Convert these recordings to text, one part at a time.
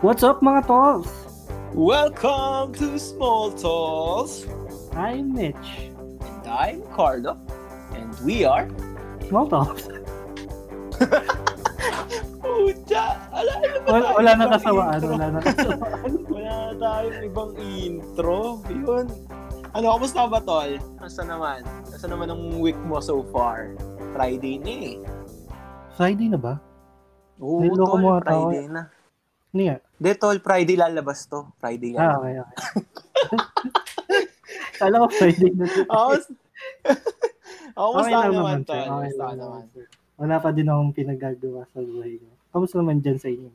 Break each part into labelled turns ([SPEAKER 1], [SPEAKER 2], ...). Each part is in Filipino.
[SPEAKER 1] What's up mga tolls?
[SPEAKER 2] Welcome to Small Talks.
[SPEAKER 1] I'm Mitch.
[SPEAKER 2] And I'm Carlo. And we are...
[SPEAKER 1] Small talks.
[SPEAKER 2] Puta! Ala, ano ba
[SPEAKER 1] Wala,
[SPEAKER 2] tayo
[SPEAKER 1] wala na
[SPEAKER 2] ibang
[SPEAKER 1] kasawaan,
[SPEAKER 2] intro?
[SPEAKER 1] wala na kasawaan.
[SPEAKER 2] Wala na tayong ibang intro. Yun. Ano, kamusta ba, Tol? Kamusta naman? Kamusta naman ang week mo so far? Friday na eh.
[SPEAKER 1] Friday na ba?
[SPEAKER 2] Oo,
[SPEAKER 1] Niloko
[SPEAKER 2] Tol.
[SPEAKER 1] mo ata ako.
[SPEAKER 2] Friday na.
[SPEAKER 1] Ano yan?
[SPEAKER 2] Hindi, Tol. Friday lalabas to. Friday
[SPEAKER 1] Ah,
[SPEAKER 2] lalabas.
[SPEAKER 1] okay, okay. Kala ko Friday na.
[SPEAKER 2] Ako, kamusta
[SPEAKER 1] lang
[SPEAKER 2] naman,
[SPEAKER 1] sir.
[SPEAKER 2] Tol?
[SPEAKER 1] Okay
[SPEAKER 2] Kamusta
[SPEAKER 1] lang
[SPEAKER 2] naman?
[SPEAKER 1] sir. Wala pa din akong pinagagawa sa buhay ko. Kamusta naman dyan sa inyo?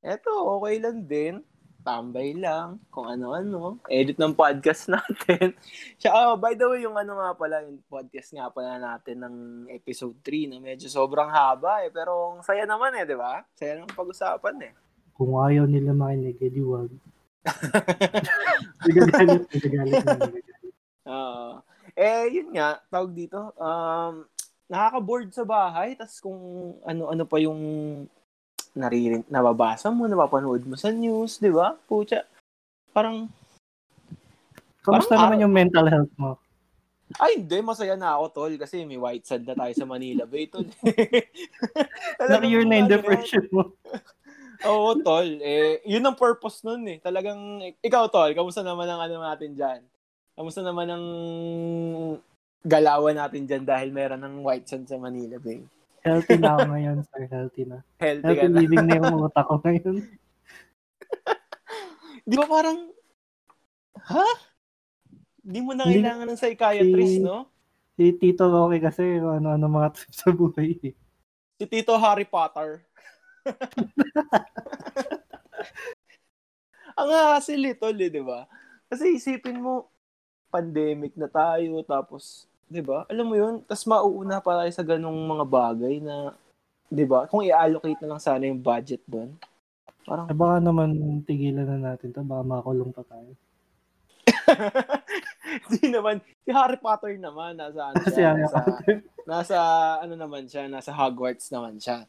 [SPEAKER 2] Eto, okay lang din. Tambay lang, kung ano-ano. Edit ng podcast natin. Siya, oh, by the way, yung ano nga pala, yung podcast nga pala natin ng episode 3 na medyo sobrang haba eh. Pero ang saya naman eh, di ba? Saya ng pag-usapan eh.
[SPEAKER 1] Kung ayaw nila makinig, edi wag. Nagagalit, nagagalit na nagagalit.
[SPEAKER 2] Oo. eh, yun nga, tawag dito, um, nakaka-board sa bahay, tas kung ano-ano pa yung naririn, nababasa mo, napapanood mo sa news, di ba? Pucha, parang
[SPEAKER 1] Kamusta
[SPEAKER 2] Parang
[SPEAKER 1] naman yung mental health mo?
[SPEAKER 2] Ay, hindi. Masaya na ako, tol. Kasi may white sand na tayo sa Manila Bay, tol. Talagang
[SPEAKER 1] Na-cure na yung
[SPEAKER 2] talagang-
[SPEAKER 1] depression mo.
[SPEAKER 2] Oo, tol. Eh, yun ang purpose nun, eh. Talagang, ikaw, tol, kamusta naman ang ano natin dyan? Kamusta naman ang galawan natin dyan dahil meron ng white sand sa Manila Bay?
[SPEAKER 1] Healthy na ako ngayon, sir. Healthy na.
[SPEAKER 2] Healthy ka
[SPEAKER 1] Healthy
[SPEAKER 2] na.
[SPEAKER 1] living na yung utak ko ngayon.
[SPEAKER 2] Di ba parang, ha? Di mo na
[SPEAKER 1] Hindi-
[SPEAKER 2] kailangan ng psychiatrist,
[SPEAKER 1] Si-
[SPEAKER 2] no?
[SPEAKER 1] Si Tito Roque kasi, kung ano-ano mga trip sa buhay. eh.
[SPEAKER 2] Si Tito Harry Potter. Ang hassle ito, eh, di ba? Kasi isipin mo, pandemic na tayo, tapos, di ba? Alam mo yun, tas mauuna pa tayo sa ganong mga bagay na, di ba? Kung i-allocate na lang sana yung budget doon. Parang,
[SPEAKER 1] Eh, Baka naman tigilan na natin to, baka makulong pa tayo.
[SPEAKER 2] di naman, si Harry Potter naman, nasa ano
[SPEAKER 1] Kasi
[SPEAKER 2] siya,
[SPEAKER 1] ano,
[SPEAKER 2] nasa, nasa, ano naman siya, nasa Hogwarts naman siya.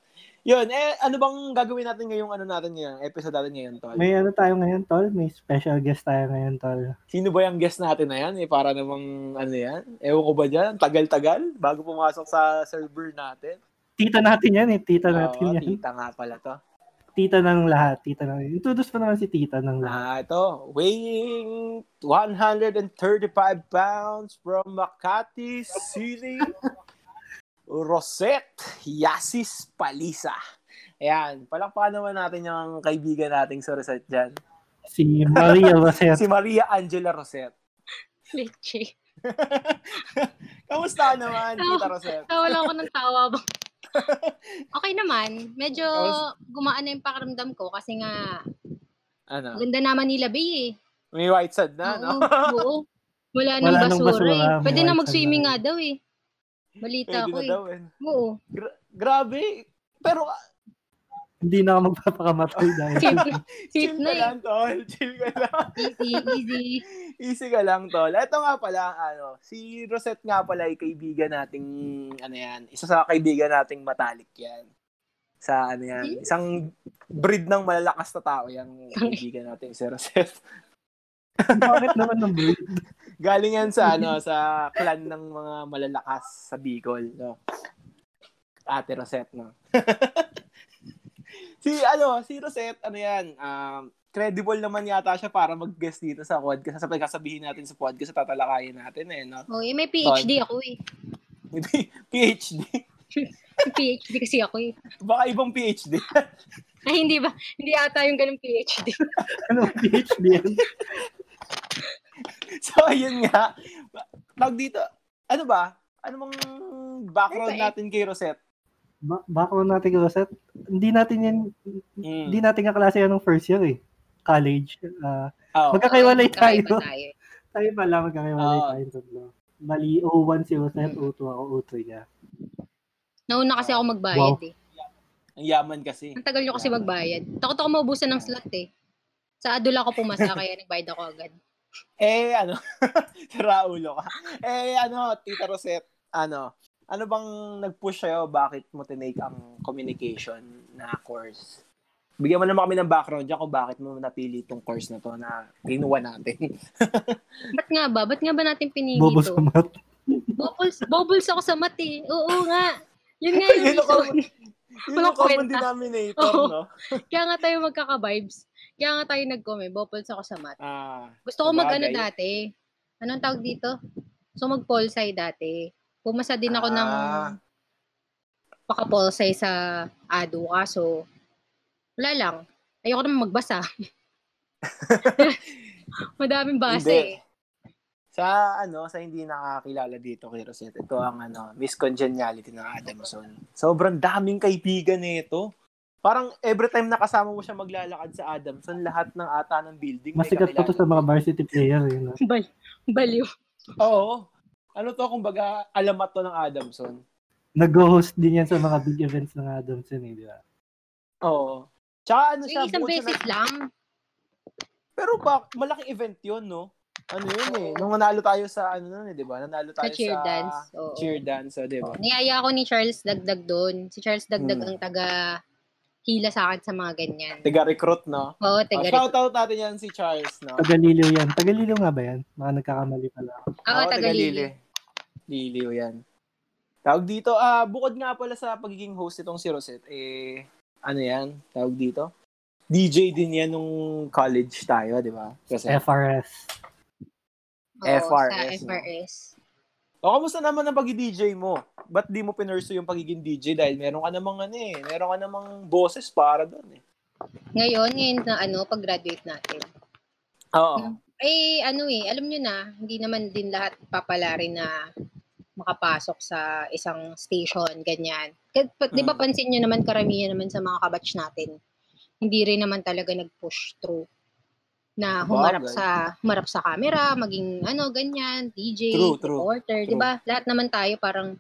[SPEAKER 2] Yun, eh, ano bang gagawin natin ngayong ano natin ngayon, episode natin ngayon, Tol?
[SPEAKER 1] may ano tayo ngayon, Tol? May special guest tayo ngayon, Tol.
[SPEAKER 2] Sino ba yung guest natin na yan? Eh, para namang, ano yan? Ewan ko ba dyan? Tagal-tagal? Bago pumasok sa server natin?
[SPEAKER 1] Tita natin yan eh, tita natin
[SPEAKER 2] Oo,
[SPEAKER 1] yan.
[SPEAKER 2] tita nga pala to.
[SPEAKER 1] Tita ng lahat, tita ng... Introduce pa naman si tita ng lahat.
[SPEAKER 2] Ah, ito. Weighing 135 pounds from Makati City. Rosette Yasis Palisa. Ayan, palakpakan naman natin yung kaibigan nating sa Rosette dyan.
[SPEAKER 1] Si Maria Roset.
[SPEAKER 2] Si Maria Angela Rosette.
[SPEAKER 3] Leche.
[SPEAKER 2] Kamusta naman, Tita Rosette?
[SPEAKER 3] Tawa lang ako ng tawa. okay naman. Medyo
[SPEAKER 2] Tapos-
[SPEAKER 3] gumaan na yung pakiramdam ko kasi nga
[SPEAKER 2] Ano?
[SPEAKER 3] ganda na Manila Bay eh.
[SPEAKER 2] May white sand na, no?
[SPEAKER 3] Oo, oo.
[SPEAKER 1] Wala
[SPEAKER 3] Wala, nang
[SPEAKER 1] nang
[SPEAKER 3] basura,
[SPEAKER 1] basura,
[SPEAKER 3] eh.
[SPEAKER 1] may
[SPEAKER 3] Pwede
[SPEAKER 1] white
[SPEAKER 3] na
[SPEAKER 1] sand
[SPEAKER 3] mag-swimming
[SPEAKER 1] na.
[SPEAKER 3] nga daw eh. Balita
[SPEAKER 2] Pwede
[SPEAKER 3] ko
[SPEAKER 2] na
[SPEAKER 3] eh.
[SPEAKER 2] daw, eh.
[SPEAKER 3] Oo.
[SPEAKER 2] Gra- grabe. Pero, ah,
[SPEAKER 1] Hindi na ako magpapakamatay dahil.
[SPEAKER 3] Safe na,
[SPEAKER 2] chill
[SPEAKER 3] safe na
[SPEAKER 2] ka
[SPEAKER 3] eh.
[SPEAKER 2] lang, tol. Chill ka lang.
[SPEAKER 3] Easy, easy.
[SPEAKER 2] Easy ka lang, tol. Ito nga pala, ano, si Rosette nga pala ay kaibigan nating, ano yan, isa sa kaibigan nating matalik yan. Sa, ano
[SPEAKER 3] Hmm?
[SPEAKER 2] yan, isang breed ng malalakas na tao yan, kaibigan natin si Rosette.
[SPEAKER 1] Bakit naman ng break?
[SPEAKER 2] Galing yan sa, ano, sa clan ng mga malalakas sa Bicol, no? Ate Rosette, no? si, ano, si Rosette, ano yan, um, credible naman yata siya para mag-guest dito sa podcast. Sa pagkasabihin natin sa podcast, sa tatalakayin natin, eh, no?
[SPEAKER 3] Oo, eh, may PhD ako eh.
[SPEAKER 2] Hindi, PhD.
[SPEAKER 3] May PhD kasi ako eh.
[SPEAKER 2] Baka ibang PhD.
[SPEAKER 3] Ay, hindi ba? Hindi ata yung ganun PhD.
[SPEAKER 1] Ano, PhD yan?
[SPEAKER 2] so, ayun nga. Tawag dito, ano ba? Ano bang background
[SPEAKER 3] Ano ba eh?
[SPEAKER 2] natin kay Rosette?
[SPEAKER 1] Ba- background natin kay Roset. Hindi natin yan, hindi
[SPEAKER 2] Mm.
[SPEAKER 1] natin kaklase yan ng first year eh. College. Ah,
[SPEAKER 2] Oh.
[SPEAKER 1] Magkakaiwalay tayo.
[SPEAKER 3] Kakaiba tayo. eh.
[SPEAKER 1] Tayo pala, magkakaiwalay
[SPEAKER 2] Oo.
[SPEAKER 1] tayo yung tatlo. Bali, 01 si Rosette, 02 ako, 03 niya.
[SPEAKER 3] Nauna kasi ako magbayad eh.
[SPEAKER 2] Ang yaman kasi.
[SPEAKER 3] Ang tagal nyo kasi magbayad. Takot ako maubusan ng slot eh. Sa Adula ako pumasa, kaya nagbayad ako agad.
[SPEAKER 2] Eh, ano? Tara, ulo ka. Eh, ano, Tita Rosette, ano? Ano bang nag-push sa'yo? Bakit mo tinake ang communication na course? Bigyan mo naman kami ng background dyan kung bakit mo napili itong course na to na kinuha natin.
[SPEAKER 3] Ba't nga ba? Ba't nga ba natin pinili
[SPEAKER 1] Bobo
[SPEAKER 3] to?
[SPEAKER 1] sa mat.
[SPEAKER 3] Bubbles, bubbles ako sa mati. Oo nga. Yun nga yung
[SPEAKER 2] Yun ako.
[SPEAKER 3] reason.
[SPEAKER 2] Yun
[SPEAKER 3] Walang
[SPEAKER 2] yung common
[SPEAKER 3] kwenta.
[SPEAKER 2] denominator,
[SPEAKER 3] Oo.
[SPEAKER 2] no?
[SPEAKER 3] Kaya nga tayo magkaka-vibes. Kaya nga tayo nag-comment. Bubbles ako sa mati.
[SPEAKER 2] Ah,
[SPEAKER 3] Gusto ko mag-ano
[SPEAKER 2] Sabagay.
[SPEAKER 3] dati. Anong tawag dito? So mag-polsay dati. Pumasa din ako ng
[SPEAKER 2] Ah.
[SPEAKER 3] paka-polsay sa ADO. Kaso, wala lang. Ayoko naman magbasa. Madaming basa
[SPEAKER 2] Hindi.
[SPEAKER 3] eh.
[SPEAKER 2] Sa ano, sa hindi nakakilala dito kay Rosette, ito ang ano, Miss Congeniality ng Adamson. Sobrang daming kaibigan nito. Parang every time nakasama mo siya maglalakad sa Adamson, lahat ng ata ng building may
[SPEAKER 1] Masikat pa to sa
[SPEAKER 2] kakilala.
[SPEAKER 1] mga varsity player. Yun, ah.
[SPEAKER 3] Bal- baliw.
[SPEAKER 2] Oo. Ano to, kumbaga, alamat to ng Adamson.
[SPEAKER 1] Nag-host din yan sa mga big events ng Adamson, eh, di ba?
[SPEAKER 2] Oo. Tsaka ano siya,
[SPEAKER 3] Yung isang
[SPEAKER 2] bukod sa
[SPEAKER 3] beses lang.
[SPEAKER 2] Pero ba, malaking event yun, no? Ano yun eh. Nung nanalo tayo sa, ano nun eh, di ba? Nanalo
[SPEAKER 3] Sa
[SPEAKER 2] tayo
[SPEAKER 3] cheer dance. Oo.
[SPEAKER 2] Cheer dance, oh, di ba?
[SPEAKER 3] Niyaya ako ni Charles Dagdag doon. Si Charles Dagdag
[SPEAKER 2] Hmm.
[SPEAKER 3] ang taga hila sa akin sa mga ganyan.
[SPEAKER 2] Taga-recruit, no? Oh,
[SPEAKER 3] Oo, taga
[SPEAKER 2] shout out natin yan si Charles, no?
[SPEAKER 1] Tagalilo yan. Tagalilo nga ba yan? Mga nagkakamali pala. ako.
[SPEAKER 2] oh,
[SPEAKER 3] Oo, taga Lili.
[SPEAKER 2] Liliw oh, yan. Tawag dito, ah, bukod nga pala sa pagiging host itong si Rosette, eh, ano yan? Tawag dito? DJ din yan nung college tayo, di ba? Kasi,
[SPEAKER 1] FRS.
[SPEAKER 3] Oo, Sa
[SPEAKER 2] FRS, no?
[SPEAKER 3] FRS.
[SPEAKER 2] O, oh, kamusta naman ang pag-DJ mo? Ba't di mo pinurso yung pagiging DJ? Dahil meron ka namang ano eh, meron ka namang boses para doon eh.
[SPEAKER 3] Ngayon, ngayon na ano, pag-graduate natin.
[SPEAKER 2] Oo.
[SPEAKER 3] Eh, ano eh, alam nyo na, hindi naman din lahat papala rin na makapasok sa isang station, ganyan. Kasi, pa- Di ba
[SPEAKER 2] Mm.
[SPEAKER 3] pansin nyo naman, karamihan naman sa mga kabatch natin, hindi rin naman talaga nag-push through na humarap
[SPEAKER 2] Bagay.
[SPEAKER 3] sa humarap sa camera, maging ano, ganyan, DJ,
[SPEAKER 2] True, true,
[SPEAKER 3] reporter, di
[SPEAKER 2] true.
[SPEAKER 3] ba? Lahat naman tayo parang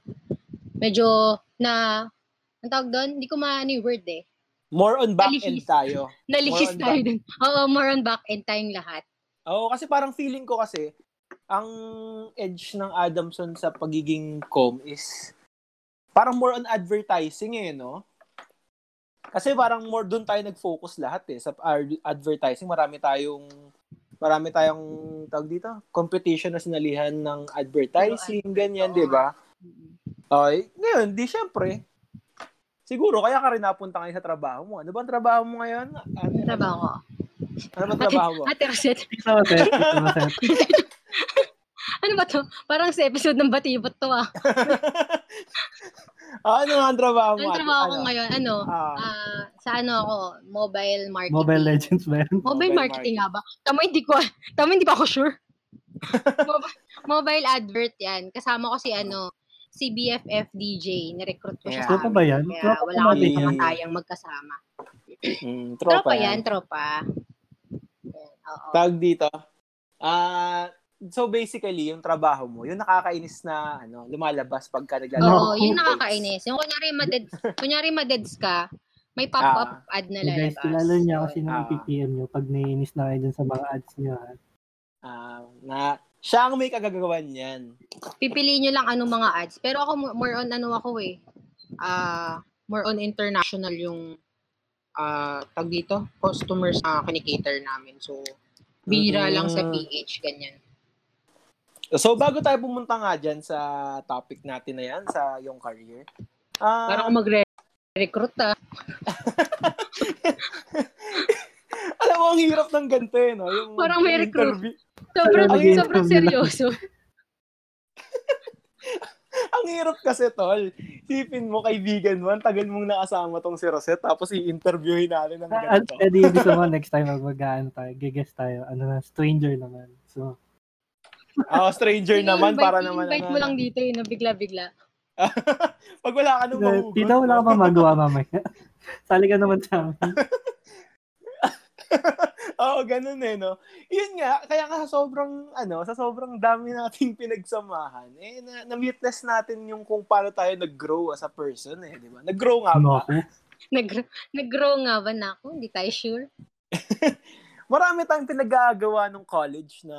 [SPEAKER 3] medyo na, ang tawag doon, hindi ko maano yung word eh.
[SPEAKER 2] More on back-end
[SPEAKER 3] Alihis.
[SPEAKER 2] tayo.
[SPEAKER 3] Nalihis
[SPEAKER 2] on
[SPEAKER 3] tayo dun. Oo, more on back end tayong lahat.
[SPEAKER 2] Oo, kasi parang feeling ko kasi, ang edge ng Adamson sa pagiging com is parang more on advertising eh, no? Kasi parang more doon tayo nag-focus lahat eh. Sa ar- advertising, marami tayong marami tayong tawag dito, competition na sinalihan ng advertising, ganyan,
[SPEAKER 3] oo.
[SPEAKER 2] di ba? Okay. Ngayon, di syempre. Siguro, kaya ka rin napunta ngayon sa trabaho mo. Ano ba ang trabaho mo ngayon? Ano,
[SPEAKER 3] Trabaho ko.
[SPEAKER 2] ano ba ang trabaho mo?
[SPEAKER 3] Ate Rosette,
[SPEAKER 1] Pizza ko, sir. Pizza ko, sir.
[SPEAKER 3] ano ba to? Parang sa episode ng Batibot to ah.
[SPEAKER 2] Ah, ano nga ang trabaho mo?
[SPEAKER 3] Ang
[SPEAKER 2] ate?
[SPEAKER 3] trabaho ko
[SPEAKER 2] Ano?
[SPEAKER 3] ngayon, ano,
[SPEAKER 2] Ah,
[SPEAKER 3] ah, sa ano ako, mobile marketing.
[SPEAKER 1] Mobile Legends ba yan?
[SPEAKER 3] Mobile
[SPEAKER 2] Mobile
[SPEAKER 3] marketing nga ba? Tama hindi ko, tama hindi pa ako sure. mobile, mobile advert yan. Kasama ko si ano, si BFF DJ. Nirecruit ko
[SPEAKER 2] Yeah.
[SPEAKER 3] siya sa
[SPEAKER 1] Tropa ba
[SPEAKER 3] amin.
[SPEAKER 1] yan?
[SPEAKER 3] Kaya
[SPEAKER 1] Tropa
[SPEAKER 3] wala
[SPEAKER 1] ba
[SPEAKER 3] kami
[SPEAKER 1] yan?
[SPEAKER 3] makatayang magkasama.
[SPEAKER 2] mm,
[SPEAKER 3] Tropa,
[SPEAKER 2] tropa
[SPEAKER 3] yan,
[SPEAKER 2] yan.
[SPEAKER 3] tropa. Yan, oo.
[SPEAKER 2] Tawag dito. Ah, so basically, yung trabaho mo, yung nakakainis na ano, lumalabas pagka naglalaro.
[SPEAKER 3] Oo,
[SPEAKER 1] Naku.
[SPEAKER 3] yun nakakainis. Yung kunyari madeds, kunyari madeds ka, may pop-up ad na
[SPEAKER 1] Hey
[SPEAKER 3] lalabas.
[SPEAKER 1] guys, kilala niya
[SPEAKER 3] Yun.
[SPEAKER 1] kasi nung
[SPEAKER 2] Ah.
[SPEAKER 1] ipipm nyo pag naiinis na kayo dun sa mga ads niya. ha?
[SPEAKER 2] Ah, na siya ang may kagagawan niyan.
[SPEAKER 3] Pipili nyo lang anong mga ads. Pero ako, mo- more on ano ako eh. Ah, more on international yung ah tag dito, customers na kinikater namin. So, bihira
[SPEAKER 2] Mm.
[SPEAKER 3] lang sa PH, ganyan.
[SPEAKER 2] So bago tayo pumunta nga dyan sa topic natin na yan, sa yung career. Ah,
[SPEAKER 3] Para ako magre-recruit ah.
[SPEAKER 2] alam mo, ang hirap ng ganito eh, no? Yung
[SPEAKER 3] Parang may recruit.
[SPEAKER 2] interview-
[SPEAKER 3] Sobrang,
[SPEAKER 1] Talaga yun, yun
[SPEAKER 3] sobrang
[SPEAKER 1] lang.
[SPEAKER 3] seryoso.
[SPEAKER 2] Ang hirap kasi, tol. Sipin mo, kaibigan mo, ang tagal mong nakasama tong si Rosette, tapos i-interviewin natin ng
[SPEAKER 1] Ah,
[SPEAKER 2] ganito.
[SPEAKER 1] At edi gusto mo next time mag-ano tayo, gigas tayo, ano na, stranger naman. So,
[SPEAKER 2] Ah, stranger naman,
[SPEAKER 3] I-invite-
[SPEAKER 2] para naman. ano.
[SPEAKER 3] I-invite mo lang dito yun, na bigla-bigla.
[SPEAKER 2] Pag wala ka nung mahugot.
[SPEAKER 1] tita, wala ka pa magawa mamaya. Sali ka naman sa amin.
[SPEAKER 2] Oo, ganun eh, no? Yun nga, kaya nga sa sobrang, ano, sa sobrang dami nating pinagsamahan, eh, na, na-witness natin yung kung paano tayo nag-grow as a person, eh, di ba? Nag-grow nga
[SPEAKER 1] Ano
[SPEAKER 2] ba?
[SPEAKER 1] ako?
[SPEAKER 3] Nag- nag-grow nga ba na ako? Hindi tayo sure.
[SPEAKER 2] Marami tayong pinagagawa nung college na,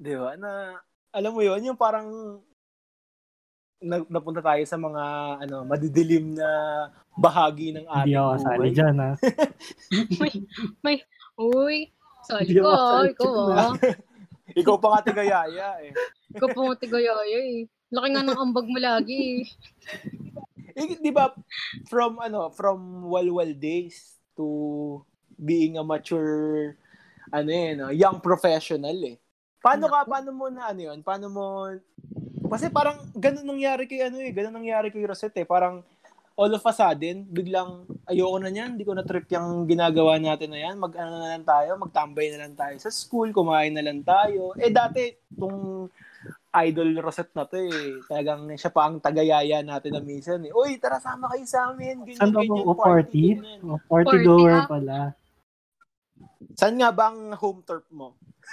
[SPEAKER 2] di ba, na, alam mo yun, yung parang, na- napunta tayo sa mga ano, madidilim na bahagi ng
[SPEAKER 1] Hindi
[SPEAKER 2] ating
[SPEAKER 1] ako kasali dyan, ha?
[SPEAKER 3] Uy, sorry
[SPEAKER 1] Hindi
[SPEAKER 3] ko,
[SPEAKER 1] ako
[SPEAKER 3] ah,
[SPEAKER 1] kasali
[SPEAKER 3] ikaw
[SPEAKER 1] dyan,
[SPEAKER 3] ah.
[SPEAKER 2] Ikaw pa nga tigayaya eh.
[SPEAKER 3] Ikaw po ang tigoyoyo eh. Laki nga ng ambag mo lagi eh.
[SPEAKER 2] Eh, Di ba, from ano, from walwal days to being a mature, ano eh, no, young professional eh. Paano ka, paano mo na ano yun? Paano mo, kasi parang ganun nangyari kay ano eh, ganun nangyari kay Rosette eh. Parang all of a sudden, biglang ayoko na niyan, hindi ko na trip yung ginagawa natin na yan. Mag ano na lang tayo, magtambay na lang tayo sa school, kumain na lang tayo. Eh dati, itong idol Rosette na to eh. Talagang siya pa ang tagayaya natin na minsan eh. Uy, tara sama kayo sa amin. Ganyan,
[SPEAKER 1] Saan ba
[SPEAKER 2] ganyan,
[SPEAKER 1] po? O, 40?
[SPEAKER 2] ganyan.
[SPEAKER 1] O,
[SPEAKER 3] Party ah.
[SPEAKER 1] 40 Oh, goer
[SPEAKER 3] up.
[SPEAKER 1] pala.
[SPEAKER 2] Saan nga ba ang home turf mo?